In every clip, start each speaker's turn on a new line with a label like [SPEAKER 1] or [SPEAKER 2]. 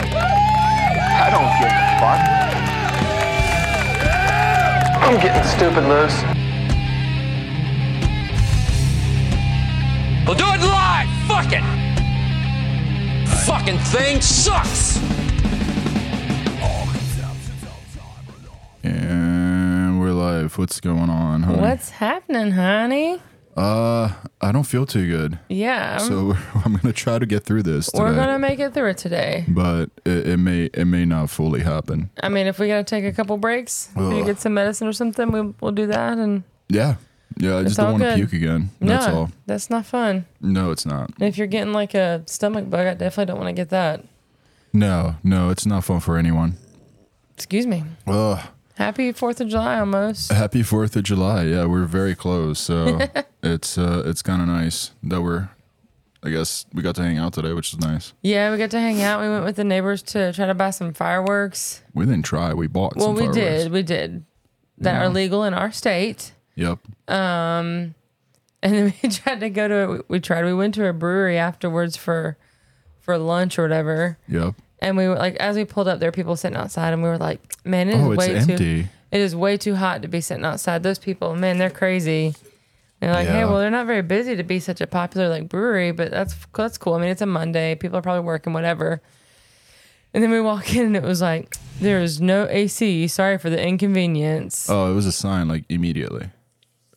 [SPEAKER 1] I don't give a fuck. I'm getting stupid loose.
[SPEAKER 2] We'll do it live! Fuck it! Fucking thing sucks!
[SPEAKER 3] And we're live. What's going on, honey?
[SPEAKER 4] What's happening, honey?
[SPEAKER 3] Uh, I don't feel too good.
[SPEAKER 4] Yeah, I'm-
[SPEAKER 3] So I'm gonna try to get through this. Today,
[SPEAKER 4] we're gonna make it through it today.
[SPEAKER 3] but it, it may it may not fully happen.
[SPEAKER 4] I mean, if we gotta take a couple breaks,
[SPEAKER 3] Ugh.
[SPEAKER 4] maybe get some medicine or something, we, we'll do that. And
[SPEAKER 3] Yeah, yeah. I just
[SPEAKER 4] all
[SPEAKER 3] don't want to
[SPEAKER 4] good.
[SPEAKER 3] puke again.
[SPEAKER 4] no,
[SPEAKER 3] That's all.
[SPEAKER 4] that's not fun.
[SPEAKER 3] No, it's not.
[SPEAKER 4] And if you're getting like a stomach bug, I definitely don't want to get that.
[SPEAKER 3] No, no, it's not fun for anyone.
[SPEAKER 4] Excuse me.
[SPEAKER 3] Ugh.
[SPEAKER 4] Happy Fourth of July almost.
[SPEAKER 3] Happy Fourth of July. Yeah, we're very close. So it's uh, it's kind of nice that we're. I guess we got to hang out today, which is nice.
[SPEAKER 4] Yeah, we got to hang out. We went with the neighbors to try to buy some fireworks.
[SPEAKER 3] We didn't try. We bought.
[SPEAKER 4] Well,
[SPEAKER 3] some
[SPEAKER 4] we
[SPEAKER 3] fireworks.
[SPEAKER 4] did. We did. That are legal in our state.
[SPEAKER 3] Yep.
[SPEAKER 4] and then we tried to go to we tried we went to a brewery afterwards for for lunch or whatever
[SPEAKER 3] Yep.
[SPEAKER 4] and we were like as we pulled up there were people sitting outside and we were like man it is
[SPEAKER 3] Oh, it's
[SPEAKER 4] way too
[SPEAKER 3] empty.
[SPEAKER 4] it is way too hot to be sitting outside those people man they're crazy and they're like hey
[SPEAKER 3] Yeah.
[SPEAKER 4] well they're not very busy to be such a popular like brewery but that's that's cool i mean it's a monday people are probably working whatever and then we walk in and it was like there is no ac sorry for the inconvenience
[SPEAKER 3] Oh, it was a sign like immediately.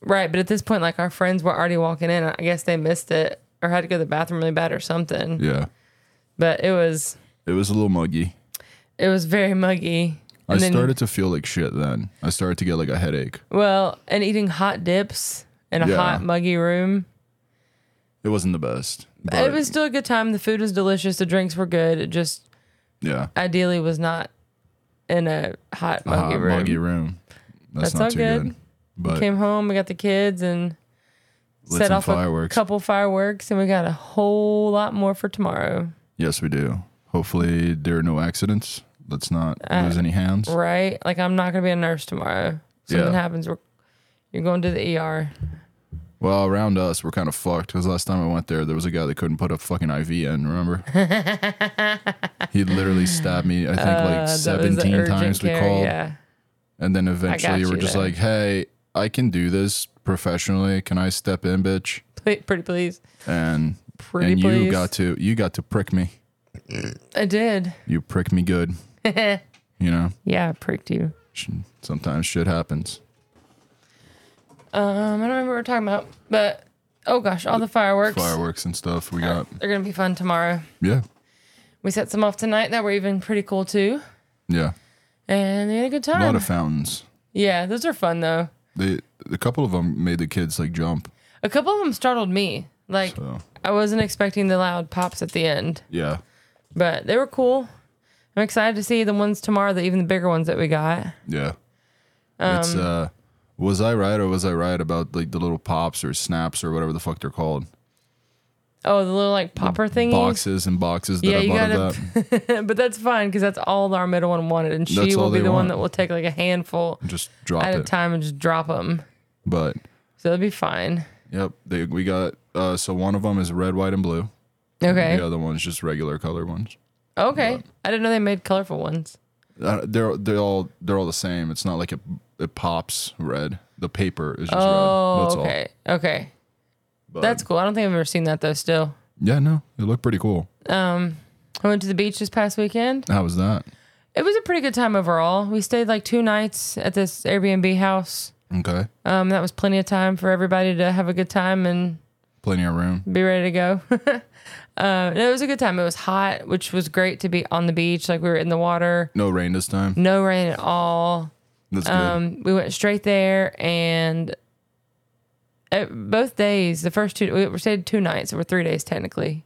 [SPEAKER 4] Right, but at this point, like our friends were already walking in. I guess they missed it or had to go to the bathroom really bad or something.
[SPEAKER 3] Yeah.
[SPEAKER 4] But it was
[SPEAKER 3] It was a little muggy.
[SPEAKER 4] it was very muggy.
[SPEAKER 3] I
[SPEAKER 4] then-
[SPEAKER 3] started to feel like shit then. I started to get like a headache.
[SPEAKER 4] Well, and eating hot dips in a
[SPEAKER 3] Yeah.
[SPEAKER 4] hot muggy room.
[SPEAKER 3] It wasn't the best. But
[SPEAKER 4] It was still a good time. The food was delicious. The drinks were good. It just
[SPEAKER 3] yeah.
[SPEAKER 4] ideally was not in a hot
[SPEAKER 3] A
[SPEAKER 4] muggy
[SPEAKER 3] hot,
[SPEAKER 4] room.
[SPEAKER 3] Ah, muggy room. That's,
[SPEAKER 4] That's
[SPEAKER 3] not
[SPEAKER 4] all
[SPEAKER 3] too good.
[SPEAKER 4] good.
[SPEAKER 3] But
[SPEAKER 4] Came home. We got the kids and
[SPEAKER 3] Lit
[SPEAKER 4] set
[SPEAKER 3] some
[SPEAKER 4] off
[SPEAKER 3] fireworks.
[SPEAKER 4] a couple fireworks, and we got a whole lot more for tomorrow.
[SPEAKER 3] yes, we do. Hopefully there are no accidents. Let's not
[SPEAKER 4] Uh,
[SPEAKER 3] lose any hands.
[SPEAKER 4] right? Like I'm not gonna be a nurse tomorrow. Something
[SPEAKER 3] Yeah.
[SPEAKER 4] happens, we're, you're going to the ER.
[SPEAKER 3] Well, around us, we're kind of fucked because last time I went there, there was a guy that couldn't put a fucking IV in. Remember? he literally stabbed me. I think like
[SPEAKER 4] Uh, that was the
[SPEAKER 3] seventeen
[SPEAKER 4] urgent
[SPEAKER 3] times
[SPEAKER 4] care,
[SPEAKER 3] we called.
[SPEAKER 4] Yeah,
[SPEAKER 3] And then eventually you
[SPEAKER 4] got
[SPEAKER 3] were
[SPEAKER 4] you
[SPEAKER 3] just
[SPEAKER 4] there.
[SPEAKER 3] like, hey, I can do this professionally. Can I step in, bitch?
[SPEAKER 4] Pl- pretty please.
[SPEAKER 3] And
[SPEAKER 4] Pretty
[SPEAKER 3] and you
[SPEAKER 4] please.
[SPEAKER 3] got to you got to prick me.
[SPEAKER 4] I did.
[SPEAKER 3] You prick me good. you know,
[SPEAKER 4] Yeah, I pricked you.
[SPEAKER 3] sh- sometimes shit happens.
[SPEAKER 4] Um, I don't remember what we we're talking about, but oh gosh, all the fireworks.
[SPEAKER 3] Fireworks and stuff. We got
[SPEAKER 4] They're gonna be fun tomorrow.
[SPEAKER 3] yeah,
[SPEAKER 4] We set some off tonight that were even pretty cool too,
[SPEAKER 3] yeah.
[SPEAKER 4] and we had a good time.
[SPEAKER 3] A lot of fountains.
[SPEAKER 4] yeah, those are fun though.
[SPEAKER 3] They a couple of them made the kids like jump.
[SPEAKER 4] A couple of them startled me. Like
[SPEAKER 3] So
[SPEAKER 4] I wasn't expecting the loud pops at the end.
[SPEAKER 3] yeah,
[SPEAKER 4] but they were cool. I'm excited to see the ones tomorrow, the even the bigger ones that we got.
[SPEAKER 3] yeah.
[SPEAKER 4] Um,
[SPEAKER 3] it's uh, was I right or was I right about like the little pops or snaps or whatever the fuck they're called?
[SPEAKER 4] Oh, the little like popper thingies.
[SPEAKER 3] Boxes and boxes that
[SPEAKER 4] Yeah,
[SPEAKER 3] I
[SPEAKER 4] you
[SPEAKER 3] bought of
[SPEAKER 4] gotta-
[SPEAKER 3] that.
[SPEAKER 4] but that's fine because that's all our middle one wanted, and she
[SPEAKER 3] That's all
[SPEAKER 4] will be
[SPEAKER 3] they
[SPEAKER 4] the
[SPEAKER 3] want.
[SPEAKER 4] one that will take like a handful
[SPEAKER 3] just drop
[SPEAKER 4] at a
[SPEAKER 3] it.
[SPEAKER 4] time and just drop them.
[SPEAKER 3] But
[SPEAKER 4] So it'll be fine.
[SPEAKER 3] yep, they, we got uh, so one of them is red, white, and blue.
[SPEAKER 4] Okay.
[SPEAKER 3] The other one's just regular color ones.
[SPEAKER 4] Okay. I didn't know they made colorful ones.
[SPEAKER 3] Uh, they're they're all they're all the same. It's not like it it pops red. The paper is just red.
[SPEAKER 4] Oh,
[SPEAKER 3] That's all.
[SPEAKER 4] okay. Okay.
[SPEAKER 3] But-
[SPEAKER 4] That's cool. I don't think I've ever seen that though. Still,
[SPEAKER 3] yeah. No, it looked pretty cool.
[SPEAKER 4] I went to the beach this past weekend.
[SPEAKER 3] How was that?
[SPEAKER 4] It was a pretty good time overall. We stayed like two nights at this Airbnb house.
[SPEAKER 3] Okay.
[SPEAKER 4] Um, that was plenty of time for everybody to have a good time and
[SPEAKER 3] Plenty of room.
[SPEAKER 4] be ready to go. uh, no, it was a good time. It was hot, which was great to be on the beach. Like we were in the water,
[SPEAKER 3] No rain this time.
[SPEAKER 4] no rain at all.
[SPEAKER 3] That's good.
[SPEAKER 4] Um, we went straight there, and uh both days, the first two, we stayed two nights, so we're three days technically.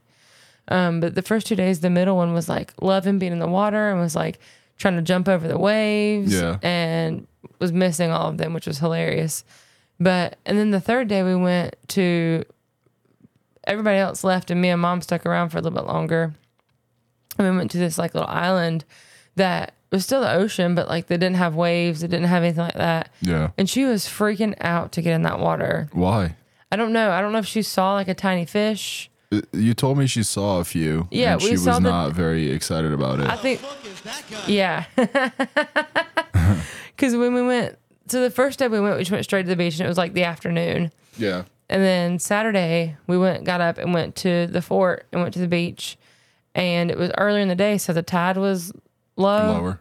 [SPEAKER 4] Um, but the first two days, the middle one was like loving being in the water and was like trying to jump over the waves
[SPEAKER 3] Yeah.
[SPEAKER 4] and was missing all of them, which was hilarious. But and then the third day, we went to everybody else left and me and mom stuck around for a little bit longer. And we went to this like little island that was still the ocean, but like they didn't have waves, it didn't have anything like that.
[SPEAKER 3] yeah.
[SPEAKER 4] And she was freaking out to get in that water.
[SPEAKER 3] Why?
[SPEAKER 4] I don't know. I don't know if she saw like a tiny fish.
[SPEAKER 3] Uh, You told me she saw a few.
[SPEAKER 4] Yeah,
[SPEAKER 3] and
[SPEAKER 4] we
[SPEAKER 3] she was
[SPEAKER 4] saw the-
[SPEAKER 3] not very excited about it.
[SPEAKER 4] I think, yeah, because when we went, so the first day we went, we just went straight to the beach, and it was like the afternoon.
[SPEAKER 3] yeah.
[SPEAKER 4] And then Saturday, we went, got up, and went to the fort and went to the beach. And it was earlier in the day, so the tide was low.
[SPEAKER 3] Lower.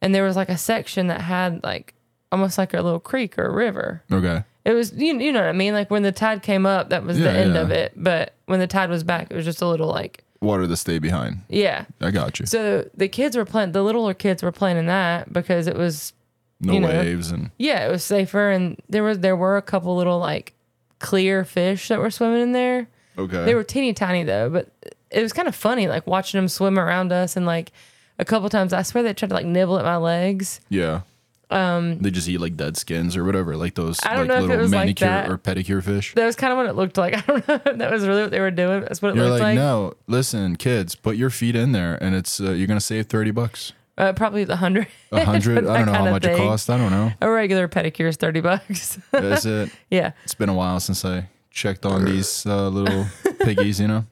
[SPEAKER 4] And there was like a section that had like almost like a little creek or a river.
[SPEAKER 3] Okay.
[SPEAKER 4] It was, you, you know what I mean? Like when the tide came up, that was
[SPEAKER 3] Yeah,
[SPEAKER 4] the end
[SPEAKER 3] yeah.
[SPEAKER 4] of it. But when the tide was back, it was just a little like,
[SPEAKER 3] Water to stay behind.
[SPEAKER 4] yeah.
[SPEAKER 3] I got you.
[SPEAKER 4] So the kids were playing, the littler kids were playing in that because it was
[SPEAKER 3] no
[SPEAKER 4] you know.
[SPEAKER 3] waves and
[SPEAKER 4] yeah, it was safer, and there was there were a couple little like clear fish that were swimming in there.
[SPEAKER 3] okay.
[SPEAKER 4] They were teeny tiny though, but it was kind of funny like watching them swim around us and like a couple times I swear they tried to like nibble at my legs.
[SPEAKER 3] yeah. Um, they just eat like dead skins or whatever, like those
[SPEAKER 4] I
[SPEAKER 3] like
[SPEAKER 4] don't know if it
[SPEAKER 3] little
[SPEAKER 4] was like
[SPEAKER 3] manicure
[SPEAKER 4] that.
[SPEAKER 3] or pedicure fish.
[SPEAKER 4] That was kind of what it looked like. I don't know if that was really what they were doing. That's what it
[SPEAKER 3] You're
[SPEAKER 4] looked
[SPEAKER 3] like,
[SPEAKER 4] like.
[SPEAKER 3] no, listen, kids, put your feet in there, and it's uh, you're gonna save thirty bucks,
[SPEAKER 4] Uh, probably the hundred.
[SPEAKER 3] a hundred. I don't know how much it costs. I don't know.
[SPEAKER 4] A regular pedicure is thirty bucks.
[SPEAKER 3] That's it.
[SPEAKER 4] yeah.
[SPEAKER 3] It's been a while since I checked on these uh, little piggies. You know,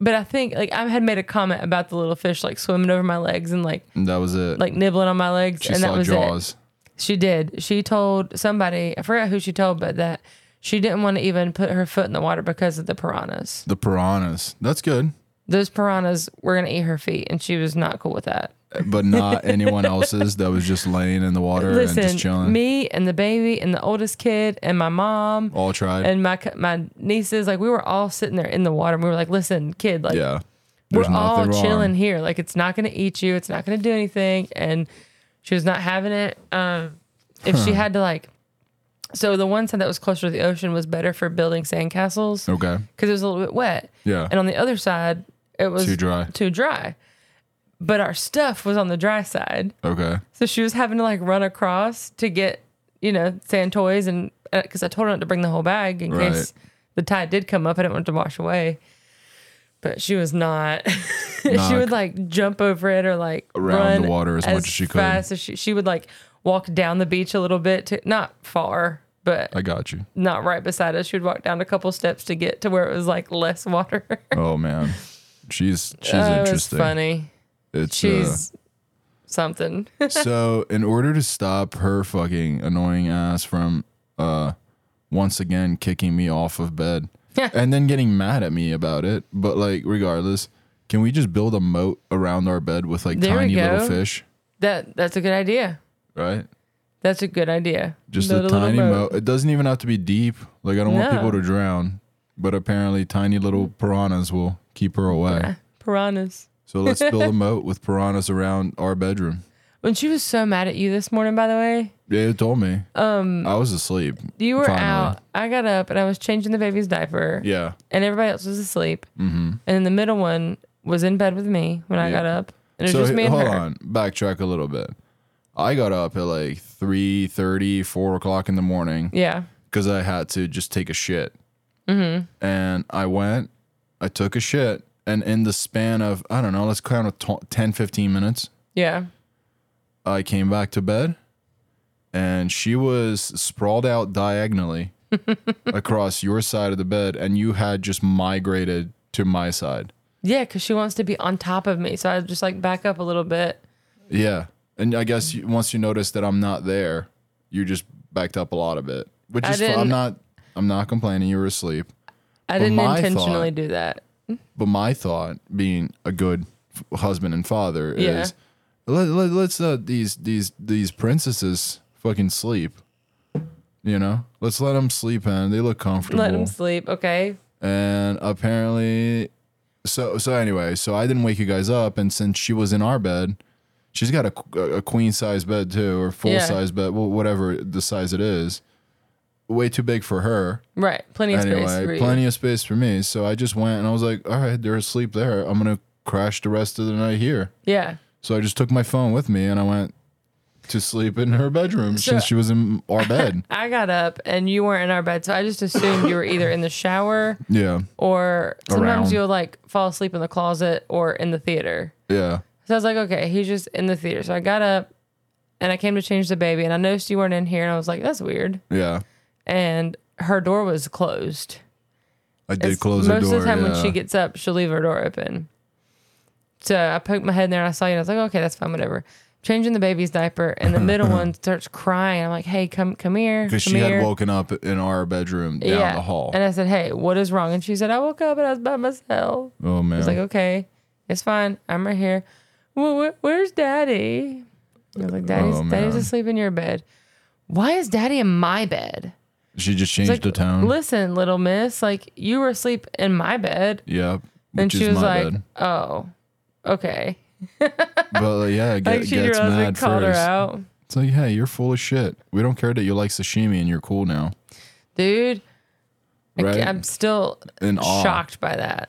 [SPEAKER 4] But I think like I had made a comment about the little fish like swimming over my legs and like
[SPEAKER 3] and that was it.
[SPEAKER 4] like nibbling on my legs
[SPEAKER 3] she
[SPEAKER 4] and that
[SPEAKER 3] saw
[SPEAKER 4] was it.
[SPEAKER 3] Jaws.
[SPEAKER 4] She did. She told somebody, I forgot who she told, but that she didn't want to even put her foot in the water because of the piranhas.
[SPEAKER 3] The piranhas. That's good,
[SPEAKER 4] Those piranhas were going to eat her feet, and she was not cool with that.
[SPEAKER 3] but not anyone else's that was just laying in the water and just
[SPEAKER 4] Listen,
[SPEAKER 3] chilling.
[SPEAKER 4] me and the baby and the oldest kid and my mom
[SPEAKER 3] All tried.
[SPEAKER 4] and my co- my nieces, like we were all sitting there in the water. And we were like, "Listen, kid, like
[SPEAKER 3] yeah,
[SPEAKER 4] we're
[SPEAKER 3] There's
[SPEAKER 4] all
[SPEAKER 3] nothing wrong.
[SPEAKER 4] chilling here. Like it's not going to eat you. It's not going to do anything. And she was not having it. Um, if she had to like, so the one side that was closer to the ocean was better for building sandcastles because
[SPEAKER 3] Okay.
[SPEAKER 4] it was a little bit wet.
[SPEAKER 3] Yeah.
[SPEAKER 4] And on the other side, it was
[SPEAKER 3] Too dry.
[SPEAKER 4] Too dry. But our stuff was on the dry side,
[SPEAKER 3] Okay.
[SPEAKER 4] so she was having to like run across to get you know sand toys and because I told her not to bring the whole bag in
[SPEAKER 3] Right.
[SPEAKER 4] case the tide did come up. I didn't want it to wash away. But she was not. she
[SPEAKER 3] Nah,
[SPEAKER 4] would like jump over it or like
[SPEAKER 3] Around
[SPEAKER 4] run
[SPEAKER 3] the water as much as she could.
[SPEAKER 4] Fast as she, she would like walk down the beach a little bit, to, not far, but
[SPEAKER 3] I got you.
[SPEAKER 4] not right beside us. She would walk down a couple steps to get to where it was like less water.
[SPEAKER 3] Oh man, she's she's
[SPEAKER 4] it was
[SPEAKER 3] interesting.
[SPEAKER 4] funny.
[SPEAKER 3] It's uh,
[SPEAKER 4] She's something.
[SPEAKER 3] so in order to stop her fucking annoying ass from uh once again kicking me off of bed and then getting mad at me about it but like regardless can we just build a moat around our bed with like
[SPEAKER 4] There we
[SPEAKER 3] tiny little
[SPEAKER 4] go.
[SPEAKER 3] fish
[SPEAKER 4] that that's a good idea.
[SPEAKER 3] right
[SPEAKER 4] That's a good idea.
[SPEAKER 3] just
[SPEAKER 4] Build
[SPEAKER 3] a
[SPEAKER 4] little
[SPEAKER 3] tiny
[SPEAKER 4] boat.
[SPEAKER 3] moat it doesn't even have to be deep like i don't want
[SPEAKER 4] No.
[SPEAKER 3] people to drown but apparently tiny little piranhas will keep her away
[SPEAKER 4] Piranhas.
[SPEAKER 3] so let's build a moat with piranhas around our bedroom
[SPEAKER 4] When she was so mad at you this morning, by the way,
[SPEAKER 3] yeah it told me um i was asleep
[SPEAKER 4] you were
[SPEAKER 3] finally.
[SPEAKER 4] out. I got up and I was changing the baby's diaper,
[SPEAKER 3] yeah
[SPEAKER 4] and everybody else was asleep. Mm-hmm. And then the middle one was in bed with me when I
[SPEAKER 3] Yeah.
[SPEAKER 4] got up, and it was
[SPEAKER 3] so
[SPEAKER 4] just me
[SPEAKER 3] h-
[SPEAKER 4] and
[SPEAKER 3] hold
[SPEAKER 4] her.
[SPEAKER 3] on backtrack a little bit i got up at like 3 4 o'clock in the morning
[SPEAKER 4] Yeah,
[SPEAKER 3] because i had to just take a shit mm-hmm. and i went i took a shit and in the span of i don't know let's count it tw 10 15 minutes
[SPEAKER 4] yeah.
[SPEAKER 3] i came back to bed and she was sprawled out diagonally across your side of the bed and you had just migrated to my side
[SPEAKER 4] Yeah, because she wants to be on top of me. So I just like back up a little bit.
[SPEAKER 3] Yeah, and I guess you, once you notice that I'm not there, you just backed up a lot of it, which
[SPEAKER 4] I
[SPEAKER 3] is fine. I'm
[SPEAKER 4] didn't-
[SPEAKER 3] not. I'm not complaining. You were asleep,
[SPEAKER 4] I didn't
[SPEAKER 3] my
[SPEAKER 4] intentionally
[SPEAKER 3] thought-
[SPEAKER 4] do that.
[SPEAKER 3] but my thought, being a good f- husband and father,
[SPEAKER 4] Yeah.
[SPEAKER 3] is let, let, let's let these these these princesses fucking sleep. You know, let's let them sleep in. They look comfortable.
[SPEAKER 4] Let him sleep, okay?
[SPEAKER 3] and apparently so so anyway so i didn't wake you guys up and since she was in our bed she's got a, a queen size bed too or full
[SPEAKER 4] Yeah.
[SPEAKER 3] size bed well, whatever the size it is way too big for her
[SPEAKER 4] Right, plenty of space. For
[SPEAKER 3] anyway
[SPEAKER 4] you.
[SPEAKER 3] plenty of space for me so i just went and i was like all right they're asleep there i'm gonna crash the rest of the night here
[SPEAKER 4] Yeah.
[SPEAKER 3] so i just took my phone with me and i went to sleep in her bedroom since she was in our bed
[SPEAKER 4] I got up and you weren't in our bed, so I just assumed you were either in the shower
[SPEAKER 3] yeah
[SPEAKER 4] or sometimes
[SPEAKER 3] Around.
[SPEAKER 4] you'll like fall asleep in the closet or in the theater.
[SPEAKER 3] yeah
[SPEAKER 4] So I was like, okay, he's just in the theater. So I got up and I came to change the baby and I noticed you weren't in here and I was like, that's weird.
[SPEAKER 3] yeah
[SPEAKER 4] And her door was closed.
[SPEAKER 3] I did
[SPEAKER 4] It's-
[SPEAKER 3] close the
[SPEAKER 4] most
[SPEAKER 3] door.
[SPEAKER 4] of the time when
[SPEAKER 3] yeah.
[SPEAKER 4] she gets up, she'll leave her door open. So I poked my head in there and I saw you. And I was like, okay, that's fine, whatever. Changing the baby's diaper, and the middle one starts crying. I'm like, hey, come, come here, come
[SPEAKER 3] because she had
[SPEAKER 4] here.
[SPEAKER 3] woken up in our bedroom down the hall.
[SPEAKER 4] And I said, hey, what is wrong? And she said, I woke up and I was by myself.
[SPEAKER 3] oh man,
[SPEAKER 4] I was like, okay, it's fine. I'm right here. Well, wh- where's daddy? I was like, daddy's,
[SPEAKER 3] Oh,
[SPEAKER 4] daddy's
[SPEAKER 3] man.
[SPEAKER 4] asleep in your bed. Why is daddy in my bed?
[SPEAKER 3] she just changed
[SPEAKER 4] It's like,
[SPEAKER 3] the tone.
[SPEAKER 4] listen, little miss, like you were asleep in my bed.
[SPEAKER 3] yeah, which
[SPEAKER 4] And she
[SPEAKER 3] is
[SPEAKER 4] was
[SPEAKER 3] my
[SPEAKER 4] like,
[SPEAKER 3] bad.
[SPEAKER 4] oh, okay.
[SPEAKER 3] but like, yeah, it get,
[SPEAKER 4] Like she
[SPEAKER 3] gets
[SPEAKER 4] realized we
[SPEAKER 3] mad
[SPEAKER 4] called
[SPEAKER 3] first.
[SPEAKER 4] her out.
[SPEAKER 3] It's like, hey, you're full of shit. We don't care that you like sashimi and you're cool now,
[SPEAKER 4] Dude, I ca-
[SPEAKER 3] right?
[SPEAKER 4] I'm still
[SPEAKER 3] In awe.
[SPEAKER 4] shocked by that.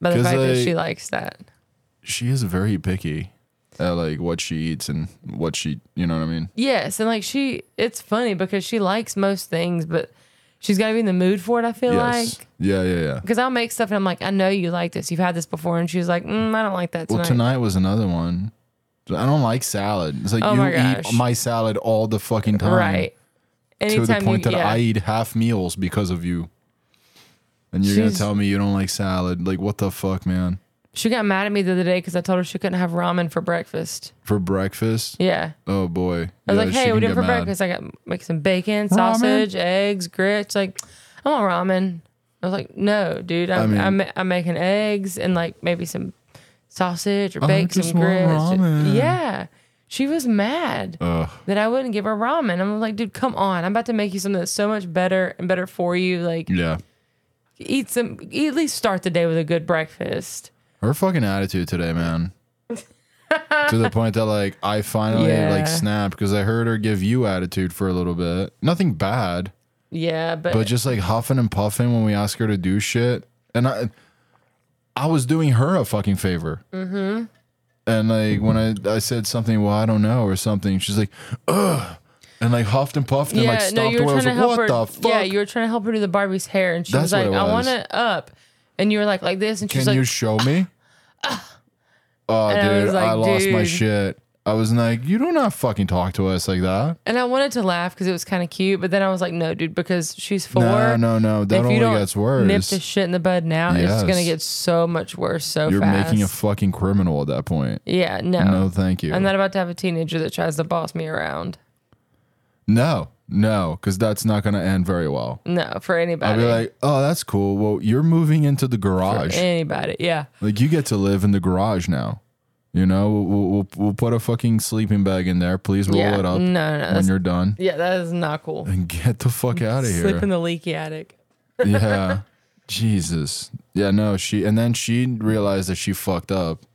[SPEAKER 4] By the
[SPEAKER 3] 'Cause
[SPEAKER 4] fact that
[SPEAKER 3] I-
[SPEAKER 4] she likes that.
[SPEAKER 3] she is very picky at like what she eats and what she, you know what I mean?
[SPEAKER 4] Yes, and like she, it's funny because she likes most things, but she's got to be in the mood for it. I feel
[SPEAKER 3] Yes.
[SPEAKER 4] like
[SPEAKER 3] yeah, yeah, yeah.
[SPEAKER 4] because I'll make stuff and I'm like, I know you like this. You've had this before, and she's like, mm, I don't like that tonight.
[SPEAKER 3] Well, tonight was another one. I don't like salad. It's like
[SPEAKER 4] Oh
[SPEAKER 3] you
[SPEAKER 4] my
[SPEAKER 3] eat
[SPEAKER 4] gosh.
[SPEAKER 3] my salad all the fucking time.
[SPEAKER 4] right?
[SPEAKER 3] To
[SPEAKER 4] Anytime
[SPEAKER 3] the point
[SPEAKER 4] you,
[SPEAKER 3] that
[SPEAKER 4] yeah.
[SPEAKER 3] I eat half meals because of you. And you're going
[SPEAKER 4] She's-
[SPEAKER 3] to tell me you don't like salad. Like, what the fuck, man?
[SPEAKER 4] she got mad at me the other day because I told her she couldn't have ramen for breakfast.
[SPEAKER 3] For breakfast?
[SPEAKER 4] Yeah,
[SPEAKER 3] Oh, boy.
[SPEAKER 4] I was
[SPEAKER 3] Yeah,
[SPEAKER 4] like,
[SPEAKER 3] she
[SPEAKER 4] hey,
[SPEAKER 3] can
[SPEAKER 4] what do
[SPEAKER 3] get
[SPEAKER 4] you have for
[SPEAKER 3] mad.
[SPEAKER 4] breakfast? I got make some bacon, sausage, eggs, grits. Like, I want ramen. I was like, no, dude, I'm I
[SPEAKER 3] mean-
[SPEAKER 4] am I'm making eggs and like maybe some sausage or
[SPEAKER 3] I
[SPEAKER 4] bake
[SPEAKER 3] just
[SPEAKER 4] some
[SPEAKER 3] want
[SPEAKER 4] grits.
[SPEAKER 3] ramen.
[SPEAKER 4] Yeah, she was mad
[SPEAKER 3] Ugh.
[SPEAKER 4] that I wouldn't give her ramen. I'm like, dude, come on, I'm about to make you something that's so much better and better for you. Like,
[SPEAKER 3] Yeah.
[SPEAKER 4] eat some, at least start the day with a good breakfast.
[SPEAKER 3] Her fucking attitude today, man. to the point that like I finally
[SPEAKER 4] Yeah.
[SPEAKER 3] like snapped because I heard her give you attitude for a little bit. Nothing bad,
[SPEAKER 4] Yeah, but,
[SPEAKER 3] but just like huffing and puffing when we ask her to do shit. And I I was doing her a fucking favor. Mm-hmm. And like when I, I said something, well, I don't know, or something, she's like, ugh. And like huffed and puffed and
[SPEAKER 4] yeah,
[SPEAKER 3] like
[SPEAKER 4] no,
[SPEAKER 3] stopped
[SPEAKER 4] you
[SPEAKER 3] away.
[SPEAKER 4] were
[SPEAKER 3] I
[SPEAKER 4] trying
[SPEAKER 3] was
[SPEAKER 4] to
[SPEAKER 3] like,
[SPEAKER 4] help
[SPEAKER 3] what
[SPEAKER 4] her.
[SPEAKER 3] the fuck?
[SPEAKER 4] Yeah, you were trying to help her do the Barbie's hair, and she
[SPEAKER 3] That's
[SPEAKER 4] was
[SPEAKER 3] what
[SPEAKER 4] like,
[SPEAKER 3] it
[SPEAKER 4] "I
[SPEAKER 3] was.
[SPEAKER 4] want it up," and you were like, "Like this," and she
[SPEAKER 3] Can
[SPEAKER 4] was like,
[SPEAKER 3] you show me? oh, dude,
[SPEAKER 4] And I
[SPEAKER 3] I,
[SPEAKER 4] was like,
[SPEAKER 3] lost my
[SPEAKER 4] dude.
[SPEAKER 3] shit. I was like, you do not fucking talk to us like that.
[SPEAKER 4] And I wanted to laugh because it was kind of cute, but then I was like, no, dude, because she's four.
[SPEAKER 3] No, no, no. That
[SPEAKER 4] if
[SPEAKER 3] only
[SPEAKER 4] you don't
[SPEAKER 3] gets
[SPEAKER 4] nip
[SPEAKER 3] worse.
[SPEAKER 4] the shit in the bud now, it's gonna
[SPEAKER 3] Yes.
[SPEAKER 4] get so much worse so
[SPEAKER 3] You're
[SPEAKER 4] fast.
[SPEAKER 3] making a fucking criminal at that point.
[SPEAKER 4] yeah, no,
[SPEAKER 3] No, thank you.
[SPEAKER 4] I'm not about to have a teenager that tries to boss me around.
[SPEAKER 3] no, no, because that's not going to end very well.
[SPEAKER 4] No, for
[SPEAKER 3] I'll
[SPEAKER 4] anybody,
[SPEAKER 3] be like, oh, that's cool. Well, you're moving into the
[SPEAKER 4] for
[SPEAKER 3] garage.
[SPEAKER 4] anybody, yeah.
[SPEAKER 3] Like, you get to live in the garage now. You know, we'll, we'll- we'll, we'll put a fucking sleeping bag in there. Please roll
[SPEAKER 4] Yeah.
[SPEAKER 3] it up
[SPEAKER 4] No, no, no,
[SPEAKER 3] when
[SPEAKER 4] that's-
[SPEAKER 3] you're done
[SPEAKER 4] Yeah, that is not cool.
[SPEAKER 3] and get the fuck out of here.
[SPEAKER 4] Sleep in the leaky attic.
[SPEAKER 3] yeah. Jesus. Yeah, no, she and then she realized that she fucked up.